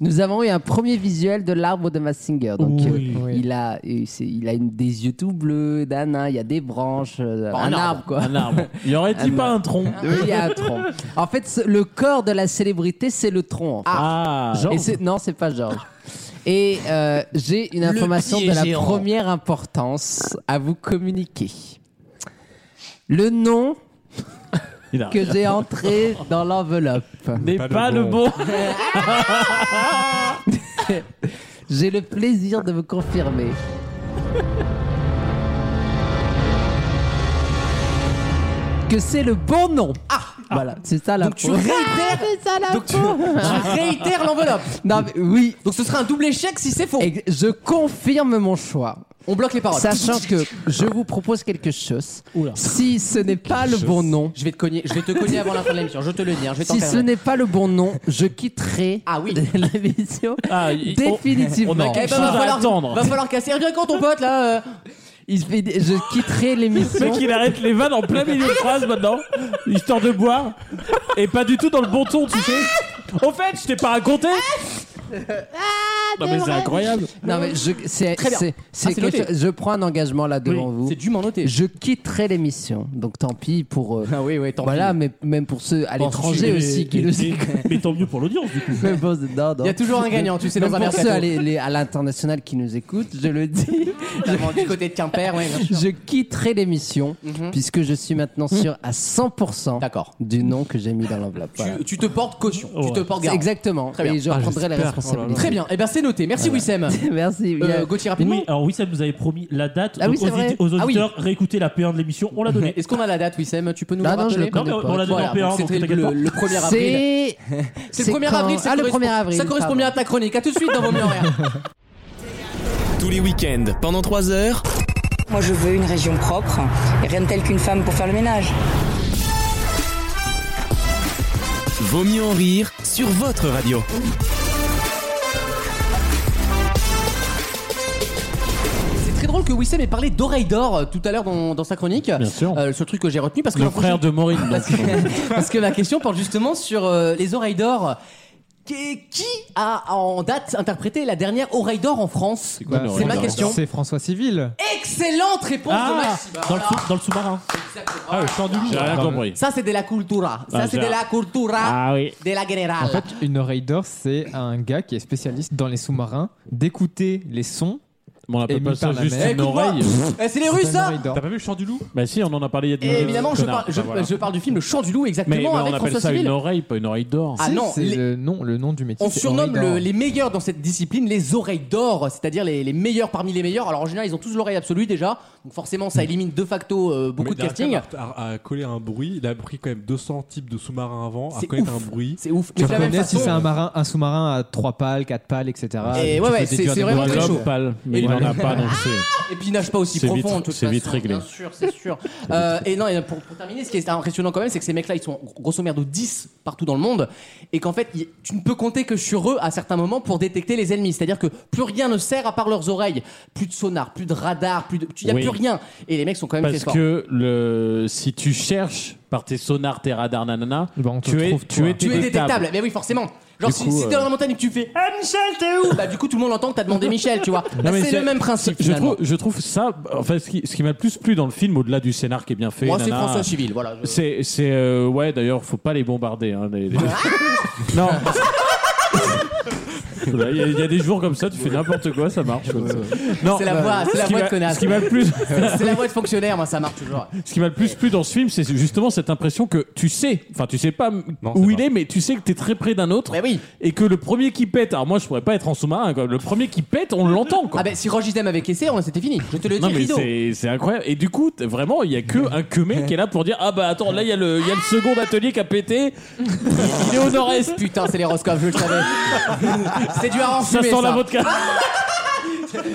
[SPEAKER 3] Nous avons eu un premier visuel de l'arbre de Mask Singer. Donc,
[SPEAKER 2] Oui.
[SPEAKER 3] euh, il a, euh, c'est- il a une, des yeux tout bleus, d'un nain, il y a des branches, euh,
[SPEAKER 4] Oh,
[SPEAKER 3] un, arbre, quoi.
[SPEAKER 4] Un arbre. Il y aurait-il pas un tronc
[SPEAKER 3] Oui, il y a un tronc. Ah. En fait, ce- le corps de la célébrité, c'est le tronc. En fait.
[SPEAKER 4] Ah,
[SPEAKER 3] Et c'est- non, c'est pas Georges. Et euh, j'ai une
[SPEAKER 2] Le
[SPEAKER 3] information
[SPEAKER 2] pied
[SPEAKER 3] de la
[SPEAKER 2] géant.
[SPEAKER 3] première importance à vous communiquer. Le nom
[SPEAKER 4] Il a-
[SPEAKER 3] que j'ai entré dans l'enveloppe.
[SPEAKER 4] N'est pas, le bon.
[SPEAKER 3] J'ai le plaisir de vous confirmer. Que c'est le bon nom. Ah, voilà, c'est ça la.
[SPEAKER 2] Donc tu
[SPEAKER 3] faute. Ah,
[SPEAKER 2] réitères-
[SPEAKER 3] C'est ça la.
[SPEAKER 2] Donc tu,
[SPEAKER 3] faute.
[SPEAKER 2] tu réitères l'enveloppe.
[SPEAKER 3] Non, mais oui.
[SPEAKER 2] Donc ce sera un double échec si c'est faux.
[SPEAKER 3] Et je confirme mon choix.
[SPEAKER 2] On bloque les paroles.
[SPEAKER 3] Sachant que je vous propose quelque chose. Si ce n'est pas le bon nom,
[SPEAKER 2] Je vais te cogner, je vais te cogner avant la fin de l'émission, je te le dis, hein, je vais t'en
[SPEAKER 3] si
[SPEAKER 2] faire
[SPEAKER 3] ce
[SPEAKER 2] un.
[SPEAKER 3] n'est pas le bon nom, je quitterai
[SPEAKER 2] Ah oui.
[SPEAKER 3] l'émission
[SPEAKER 4] Ah, il- on-
[SPEAKER 3] définitivement.
[SPEAKER 4] On a
[SPEAKER 2] Eh ben,
[SPEAKER 4] quelque chose
[SPEAKER 2] va,
[SPEAKER 4] à
[SPEAKER 2] falloir,
[SPEAKER 4] attendre.
[SPEAKER 2] va falloir casser. Reviens quand ton pote là. euh.
[SPEAKER 3] Il se fait- je quitterai
[SPEAKER 4] Le
[SPEAKER 3] l'émission.
[SPEAKER 4] mec, il arrête les vannes en plein milieu de phrase maintenant, histoire de boire, et pas du tout dans le bon ton, tu sais. Au fait, je t'ai pas raconté Non, mais c'est incroyable.
[SPEAKER 3] Non mais je, c'est,
[SPEAKER 2] Très bien.
[SPEAKER 3] c'est-
[SPEAKER 2] Ah,
[SPEAKER 3] c'est
[SPEAKER 2] c'est
[SPEAKER 3] quelque
[SPEAKER 2] noté.
[SPEAKER 3] chose- je prends un engagement là devant vous.
[SPEAKER 2] C'est dûment noté.
[SPEAKER 3] Je quitterai l'émission. Donc tant pis pour. euh,
[SPEAKER 2] Ah oui, oui, tant
[SPEAKER 3] voilà,
[SPEAKER 2] pis.
[SPEAKER 3] mais même pour ceux à
[SPEAKER 4] Oh,
[SPEAKER 3] l'étranger
[SPEAKER 4] mais-
[SPEAKER 3] aussi qui le
[SPEAKER 4] mais- Mais tant mieux pour l'audience, du coup.
[SPEAKER 3] Même pour- non, non.
[SPEAKER 2] Il y a toujours un gagnant, tu sais,
[SPEAKER 3] Même
[SPEAKER 2] dans un
[SPEAKER 3] pour ceux
[SPEAKER 2] mercato.
[SPEAKER 3] à, les- les- à l'international qui nous écoutent, je le dis.
[SPEAKER 2] Notamment Du côté de Quimper, ouais, bien sûr. Mhm.
[SPEAKER 3] je quitterai l'émission puisque je suis maintenant sûr à 100%
[SPEAKER 2] D'accord.
[SPEAKER 3] du nom que j'ai mis dans l'enveloppe. Voilà.
[SPEAKER 2] Tu, tu te portes caution, tu te portes
[SPEAKER 3] C'est
[SPEAKER 2] garant.
[SPEAKER 3] Exactement.
[SPEAKER 2] Très bien. Ah,
[SPEAKER 3] Et je prendrai la responsabilité.
[SPEAKER 2] Très bien, et bien c'est noté. Merci Wissem.
[SPEAKER 3] Merci. Il y a-
[SPEAKER 2] Euh, Gauthier rapidement.
[SPEAKER 6] Oui, alors oui, ça nous avait promis la date.
[SPEAKER 3] Ah oui,
[SPEAKER 6] donc
[SPEAKER 3] c'est
[SPEAKER 6] aux,
[SPEAKER 3] vrai.
[SPEAKER 6] audi- aux
[SPEAKER 2] Ah oui.
[SPEAKER 6] auditeurs, réécoutez la P1 de l'émission, on l'a donnée.
[SPEAKER 2] Est-ce qu'on a la date, Wissem Tu peux nous la
[SPEAKER 3] Ah non, je
[SPEAKER 2] rappeler
[SPEAKER 3] le connais
[SPEAKER 6] Non, mais on pas. l'a donné en
[SPEAKER 2] Voilà,
[SPEAKER 6] P1,
[SPEAKER 2] donc
[SPEAKER 6] donc
[SPEAKER 2] C'était
[SPEAKER 6] t'inquiète
[SPEAKER 2] le,
[SPEAKER 6] pas.
[SPEAKER 2] le 1er avril.
[SPEAKER 3] C'est
[SPEAKER 2] C'est le 1er
[SPEAKER 3] quand
[SPEAKER 2] avril, ça
[SPEAKER 3] Ah, le
[SPEAKER 2] correspond-
[SPEAKER 3] 1er avril.
[SPEAKER 2] Ça correspond bien à ta chronique. À tout de suite dans vos mieux horaires.
[SPEAKER 1] Tous les week-ends, pendant 3 heures,
[SPEAKER 14] Moi, je veux une région propre et rien de tel qu'une femme pour faire le ménage.
[SPEAKER 1] Vaut mieux en rire sur votre radio.
[SPEAKER 2] C'est très drôle que Wissem ait parlé d'oreille d'or euh, tout à l'heure dans, dans sa chronique.
[SPEAKER 4] Bien sûr.
[SPEAKER 2] Euh, le seul truc que j'ai retenu parce que
[SPEAKER 4] Le
[SPEAKER 2] l'an
[SPEAKER 4] frère de Maureen. donc.
[SPEAKER 2] prochain- parce que ma question porte justement sur euh, les oreilles d'or. Qui qui a en date interprété la dernière oreille d'or en France
[SPEAKER 4] quoi une
[SPEAKER 2] C'est
[SPEAKER 4] oreille
[SPEAKER 2] ma
[SPEAKER 4] d'or
[SPEAKER 2] question.
[SPEAKER 13] C'est François Civil.
[SPEAKER 2] Excellente réponse de
[SPEAKER 6] Ah,
[SPEAKER 2] Maxime.
[SPEAKER 6] dans le,
[SPEAKER 2] Voilà.
[SPEAKER 6] sous- dans le sous-marin.
[SPEAKER 2] Ah,
[SPEAKER 6] le chant du
[SPEAKER 4] J'ai rien compris.
[SPEAKER 2] Ça c'est de la cultura. Ça
[SPEAKER 4] Ah,
[SPEAKER 2] c'est
[SPEAKER 4] j'ai-
[SPEAKER 2] de la cultura
[SPEAKER 4] Ah oui.
[SPEAKER 2] de la générale.
[SPEAKER 13] En fait, une oreille d'or, c'est un gars qui est spécialiste dans les sous-marins d'écouter les sons.
[SPEAKER 4] Mais on appelle
[SPEAKER 13] Et
[SPEAKER 4] pas
[SPEAKER 13] mis
[SPEAKER 4] ça
[SPEAKER 13] par la
[SPEAKER 4] juste
[SPEAKER 13] mer.
[SPEAKER 4] une
[SPEAKER 2] Écoute-moi.
[SPEAKER 4] oreille.
[SPEAKER 2] Eh, c'est les Russes
[SPEAKER 13] C'est une
[SPEAKER 2] ça
[SPEAKER 13] oreille d'or.
[SPEAKER 5] T'as pas vu le chant du loup
[SPEAKER 4] Bah si, on en a parlé il y a deux
[SPEAKER 2] Et évidemment, je,
[SPEAKER 4] Connard.
[SPEAKER 2] parle- je-
[SPEAKER 4] Bah, voilà.
[SPEAKER 2] je parle du film Le Chant du Loup,
[SPEAKER 4] Mais, mais
[SPEAKER 2] exactement,
[SPEAKER 4] on
[SPEAKER 2] avec
[SPEAKER 4] appelle
[SPEAKER 2] François
[SPEAKER 4] ça
[SPEAKER 2] Civil.
[SPEAKER 4] une oreille, pas une oreille d'or.
[SPEAKER 2] Ah
[SPEAKER 13] Si,
[SPEAKER 2] non,
[SPEAKER 13] c'est
[SPEAKER 2] les-
[SPEAKER 13] le nom, le nom du métier.
[SPEAKER 2] on
[SPEAKER 13] c'est
[SPEAKER 2] surnomme
[SPEAKER 13] oreille d'or.
[SPEAKER 2] le- les meilleurs dans cette discipline les oreilles d'or, c'est-à-dire les, les meilleurs parmi les meilleurs. Alors en général, ils ont tous l'oreille absolue déjà, donc forcément,
[SPEAKER 4] Mm.
[SPEAKER 2] ça élimine de facto euh, beaucoup
[SPEAKER 5] Mais
[SPEAKER 2] de
[SPEAKER 5] il a réussi
[SPEAKER 2] casting.
[SPEAKER 5] à- À, à coller un bruit, il a pris quand même 200 types de sous-marins avant, à
[SPEAKER 2] C'est
[SPEAKER 5] connaître
[SPEAKER 2] ouf.
[SPEAKER 5] un bruit.
[SPEAKER 2] C'est ouf.
[SPEAKER 13] Tu
[SPEAKER 2] Mais de la même
[SPEAKER 13] reconnais si
[SPEAKER 2] façon-
[SPEAKER 13] c'est un marin, un sous-marin à 3 pales, 4 pales, etc.
[SPEAKER 2] Et ouais, ouais, c'est- c'est vraiment
[SPEAKER 4] Un
[SPEAKER 2] très
[SPEAKER 4] homme
[SPEAKER 2] chaud.
[SPEAKER 4] pâle,
[SPEAKER 2] Et
[SPEAKER 4] mais il
[SPEAKER 2] le-
[SPEAKER 4] en a pas, donc c'est.
[SPEAKER 2] Et puis il nage pas aussi
[SPEAKER 4] C'est
[SPEAKER 2] profond,
[SPEAKER 4] vite-
[SPEAKER 2] de toute
[SPEAKER 4] c'est vite
[SPEAKER 2] façon,
[SPEAKER 4] réglé.
[SPEAKER 2] Bien sûr, c'est sûr. Euh, et non, et pour, pour terminer, ce qui est impressionnant quand même, c'est que ces mecs-là, ils sont grosso merdo 10 partout dans le monde, et qu'en fait, ils- tu ne peux compter que sur eux à certains moments pour détecter les ennemis. C'est-à-dire que plus rien ne sert à part leurs oreilles, plus de sonar, plus de radar, plus de, il y a
[SPEAKER 4] Oui.
[SPEAKER 2] plus rien. Et les mecs sont quand même très
[SPEAKER 4] Parce
[SPEAKER 2] forts.
[SPEAKER 4] que le... si tu cherches par tes sonars, tes radars, nanana,
[SPEAKER 13] Bah, on te
[SPEAKER 4] tu, es,
[SPEAKER 13] trouve,
[SPEAKER 4] tu
[SPEAKER 13] toi.
[SPEAKER 4] es
[SPEAKER 2] Tu es détectable,
[SPEAKER 4] détectable.
[SPEAKER 2] mais oui, forcément. Genre,
[SPEAKER 4] Du
[SPEAKER 2] si,
[SPEAKER 4] coup,
[SPEAKER 2] si t'es dans
[SPEAKER 4] euh,
[SPEAKER 2] la montagne et que tu fais Ah, Michel, t'es où Bah, du coup, tout le monde entend que t'as demandé Michel, tu vois. Bah,
[SPEAKER 4] mais
[SPEAKER 2] c'est le même principe.
[SPEAKER 4] Je
[SPEAKER 2] finalement.
[SPEAKER 4] trouve, je trouve ça, enfin, ce qui, ce qui m'a le plus plu dans le film, au-delà du scénar qui est bien fait,
[SPEAKER 2] Moi, c'est
[SPEAKER 4] nanana,
[SPEAKER 2] François Civil, voilà. je-
[SPEAKER 4] C'est, c'est euh, ouais, d'ailleurs, faut pas les bombarder. Hein, les- les- non. Voilà, Il y, a- il y a des jours comme ça, tu fais n'importe quoi, ça marche. Non,
[SPEAKER 2] C'est la voix, c'est
[SPEAKER 4] ce
[SPEAKER 2] la
[SPEAKER 4] qui
[SPEAKER 2] voix de
[SPEAKER 4] m'a-
[SPEAKER 2] connasse.
[SPEAKER 4] Ce qui m'a le plus,
[SPEAKER 2] C'est la voix de fonctionnaire, moi ça marche toujours.
[SPEAKER 4] ce qui m'a le plus plu dans ce film, c'est justement cette impression que tu sais, enfin tu sais pas m- où il est, mais tu sais que t'es très près d'un autre. Et que le premier qui pète, alors moi je pourrais pas être en sous-marin, quoi. le premier qui pète, on l'entend. quoi.
[SPEAKER 2] Ah ben si Rogisdem avait caissé, on- c'était fini. Je te le dis,
[SPEAKER 4] Non mais
[SPEAKER 2] rideau.
[SPEAKER 4] c'est- c'est incroyable. Et du coup, t'es- vraiment, il y a que un queumé qui est là pour dire ah bah attends, là il y a le il y a le second atelier qui a pété. Il est au nord-est.
[SPEAKER 2] Putain, c'est les Roscoff, je le savais. C'est du hareng
[SPEAKER 4] Ça
[SPEAKER 2] fumé,
[SPEAKER 4] sent la
[SPEAKER 2] ça.
[SPEAKER 4] vodka.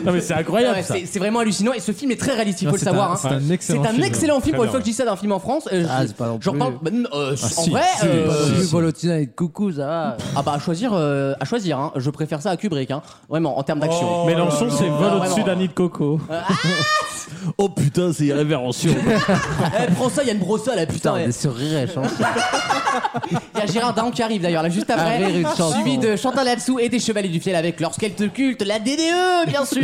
[SPEAKER 4] Non, mais c'est incroyable,
[SPEAKER 2] Ouais,
[SPEAKER 4] ça.
[SPEAKER 2] C'est c'est vraiment hallucinant et ce film est très réaliste, il
[SPEAKER 4] Non,
[SPEAKER 2] faut le
[SPEAKER 4] Ah, c'est
[SPEAKER 2] savoir.
[SPEAKER 4] un-
[SPEAKER 2] hein.
[SPEAKER 4] c'est un excellent
[SPEAKER 2] C'est un
[SPEAKER 4] film.
[SPEAKER 2] excellent film.
[SPEAKER 4] Très
[SPEAKER 2] Pour une
[SPEAKER 4] bien,
[SPEAKER 2] fois que je dis ça d'un film en France, euh,
[SPEAKER 3] Ah,
[SPEAKER 2] je-
[SPEAKER 3] c'est pas non
[SPEAKER 2] j'en
[SPEAKER 3] plus.
[SPEAKER 2] parle. bah, non, euh,
[SPEAKER 3] Ah,
[SPEAKER 2] en
[SPEAKER 3] si,
[SPEAKER 2] vrai,
[SPEAKER 3] si,
[SPEAKER 2] euh,
[SPEAKER 3] si,
[SPEAKER 2] je-
[SPEAKER 3] si. Bolotina et coucou, ça va.
[SPEAKER 2] Ah bah à choisir, euh, à choisir. hein. Je préfère ça à Kubrick, hein. vraiment en termes d'action.
[SPEAKER 4] Mélenchon, c'est vol
[SPEAKER 2] Ah,
[SPEAKER 4] au-dessus
[SPEAKER 2] vraiment. Ah.
[SPEAKER 4] d'un nid de coco. oh putain, c'est irrévérencieux.
[SPEAKER 2] Eh, prends ça, il y a une brosse à la putain.
[SPEAKER 3] Putain,
[SPEAKER 2] eh.
[SPEAKER 3] des sourires et chance.
[SPEAKER 2] Il y a Gérard Daron qui arrive d'ailleurs là juste
[SPEAKER 3] Un
[SPEAKER 2] après,
[SPEAKER 3] rire, une chanson.
[SPEAKER 2] suivi de Chantal Latsou et des Chevaliers du Fiel avec leur skelte culte, la DDE bien sûr.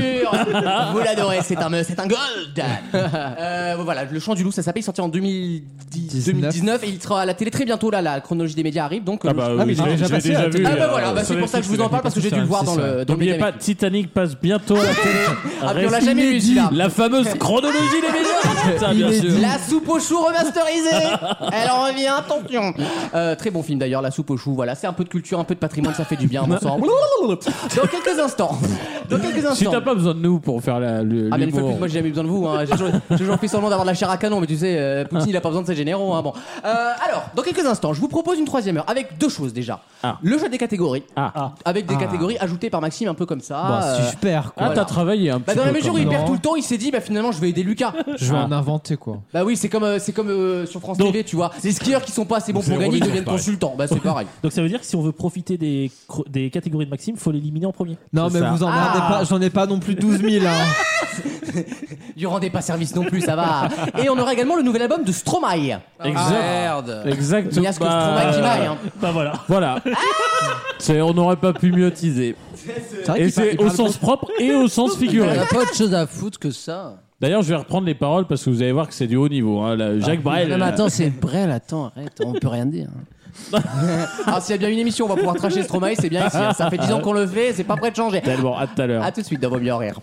[SPEAKER 2] Vous l'adorez, c'est un me- c'est un gold. Euh, voilà, le chant du loup ça s'appelle, il est sorti en 2010, 2019 et il sera à la télé très bientôt là, la chronologie des médias arrive donc. euh,
[SPEAKER 4] Ah bah
[SPEAKER 2] je-
[SPEAKER 4] oui, je l'ai déjà passé à la télé.
[SPEAKER 2] Ah bah
[SPEAKER 4] euh,
[SPEAKER 2] voilà, bah
[SPEAKER 4] sur
[SPEAKER 2] c'est pour ça que je vous en parle parce que j'ai dû le voir dans le. dans le
[SPEAKER 4] N'oubliez
[SPEAKER 2] média.
[SPEAKER 4] pas, Titanic passe bientôt à la télé.
[SPEAKER 2] Ah, puis on l'a
[SPEAKER 4] Reste
[SPEAKER 2] jamais vu
[SPEAKER 4] inédit.
[SPEAKER 2] celui-là.
[SPEAKER 4] La fameuse chronologie des médias. Putain, bien sûr.
[SPEAKER 2] La soupe aux choux remasterisée Elle en revient, attention Euh, Très bon film d'ailleurs, La soupe aux choux, voilà, c'est un peu de culture, un peu de patrimoine, ça fait du bien, on s'en... Dans quelques instants Dans quelques
[SPEAKER 4] Si
[SPEAKER 2] instants
[SPEAKER 4] t'as pas besoin de nous pour faire la, le,
[SPEAKER 2] Ah mais une fois de
[SPEAKER 4] l'humour.
[SPEAKER 2] plus, moi j'ai jamais eu besoin de vous, hein. j'ai toujours, j'ai toujours fait semblant d'avoir de la chair à canon, mais tu sais, euh, Poutine il a pas besoin de ses généraux. Hein, bon. Euh, alors, dans quelques instants, je vous propose une troisième heure avec deux choses déjà. Le jeu des catégories, avec des
[SPEAKER 4] Ah.
[SPEAKER 2] catégories ajoutées par Maxime un peu comme ça.
[SPEAKER 13] Bah,
[SPEAKER 2] euh,
[SPEAKER 13] super, quoi.
[SPEAKER 4] Ah,
[SPEAKER 2] voilà.
[SPEAKER 4] t'as travaillé un petit
[SPEAKER 2] Bah, dans la
[SPEAKER 4] peu
[SPEAKER 2] mesure où
[SPEAKER 4] quand
[SPEAKER 2] il
[SPEAKER 4] même.
[SPEAKER 2] perd tout le temps, il s'est dit bah finalement je vais aider Lucas.
[SPEAKER 13] Je vais
[SPEAKER 2] Ah.
[SPEAKER 13] en inventer quoi.
[SPEAKER 2] Bah oui, c'est comme, euh, c'est comme euh, sur France TV, tu vois. Les skieurs qui sont pas assez bons
[SPEAKER 8] c'est
[SPEAKER 2] pour gagner ils
[SPEAKER 8] religion,
[SPEAKER 2] deviennent
[SPEAKER 8] pareil.
[SPEAKER 2] consultants. Bah c'est pareil.
[SPEAKER 8] Donc ça veut dire que si on veut profiter des, cro- des catégories de Maxime, faut l'éliminer en premier.
[SPEAKER 13] Non, mais vous
[SPEAKER 2] Ah.
[SPEAKER 13] emmerdez pas, j'en ai pas non plus 12 000. Hein.
[SPEAKER 2] Du rendez pas service non plus, ça va. Et on aura également le nouvel album de Stromae.
[SPEAKER 4] Exact. Exact.
[SPEAKER 2] Il y a ce que Stromae qui maille. Hein.
[SPEAKER 8] Bah voilà.
[SPEAKER 4] Voilà. C'est- on n'aurait pas pu mieux teaser.
[SPEAKER 3] vrai
[SPEAKER 4] Et
[SPEAKER 3] qu'il parle-
[SPEAKER 4] c'est
[SPEAKER 3] il
[SPEAKER 4] au
[SPEAKER 3] parle
[SPEAKER 4] sens
[SPEAKER 3] pas-
[SPEAKER 4] propre et au sens
[SPEAKER 3] On
[SPEAKER 4] figuré.
[SPEAKER 3] a pas autre chose à foutre que ça.
[SPEAKER 4] D'ailleurs, je vais reprendre les paroles parce que vous allez voir que c'est du haut niveau. hein. Là, Jacques Brel.
[SPEAKER 3] Ah, Non, mais
[SPEAKER 4] là.
[SPEAKER 3] attends, c'est Brel, attends, arrête, on peut rien dire. hein.
[SPEAKER 2] Alors Ah, s'il y a bien une émission, on va pouvoir tracher Stromae, c'est bien ici. hein. Ça fait 10 ans qu'on le fait, c'est pas prêt de changer.
[SPEAKER 4] Tellement, à tout à l'heure.
[SPEAKER 2] A tout de suite dans Vaut mieux en rire.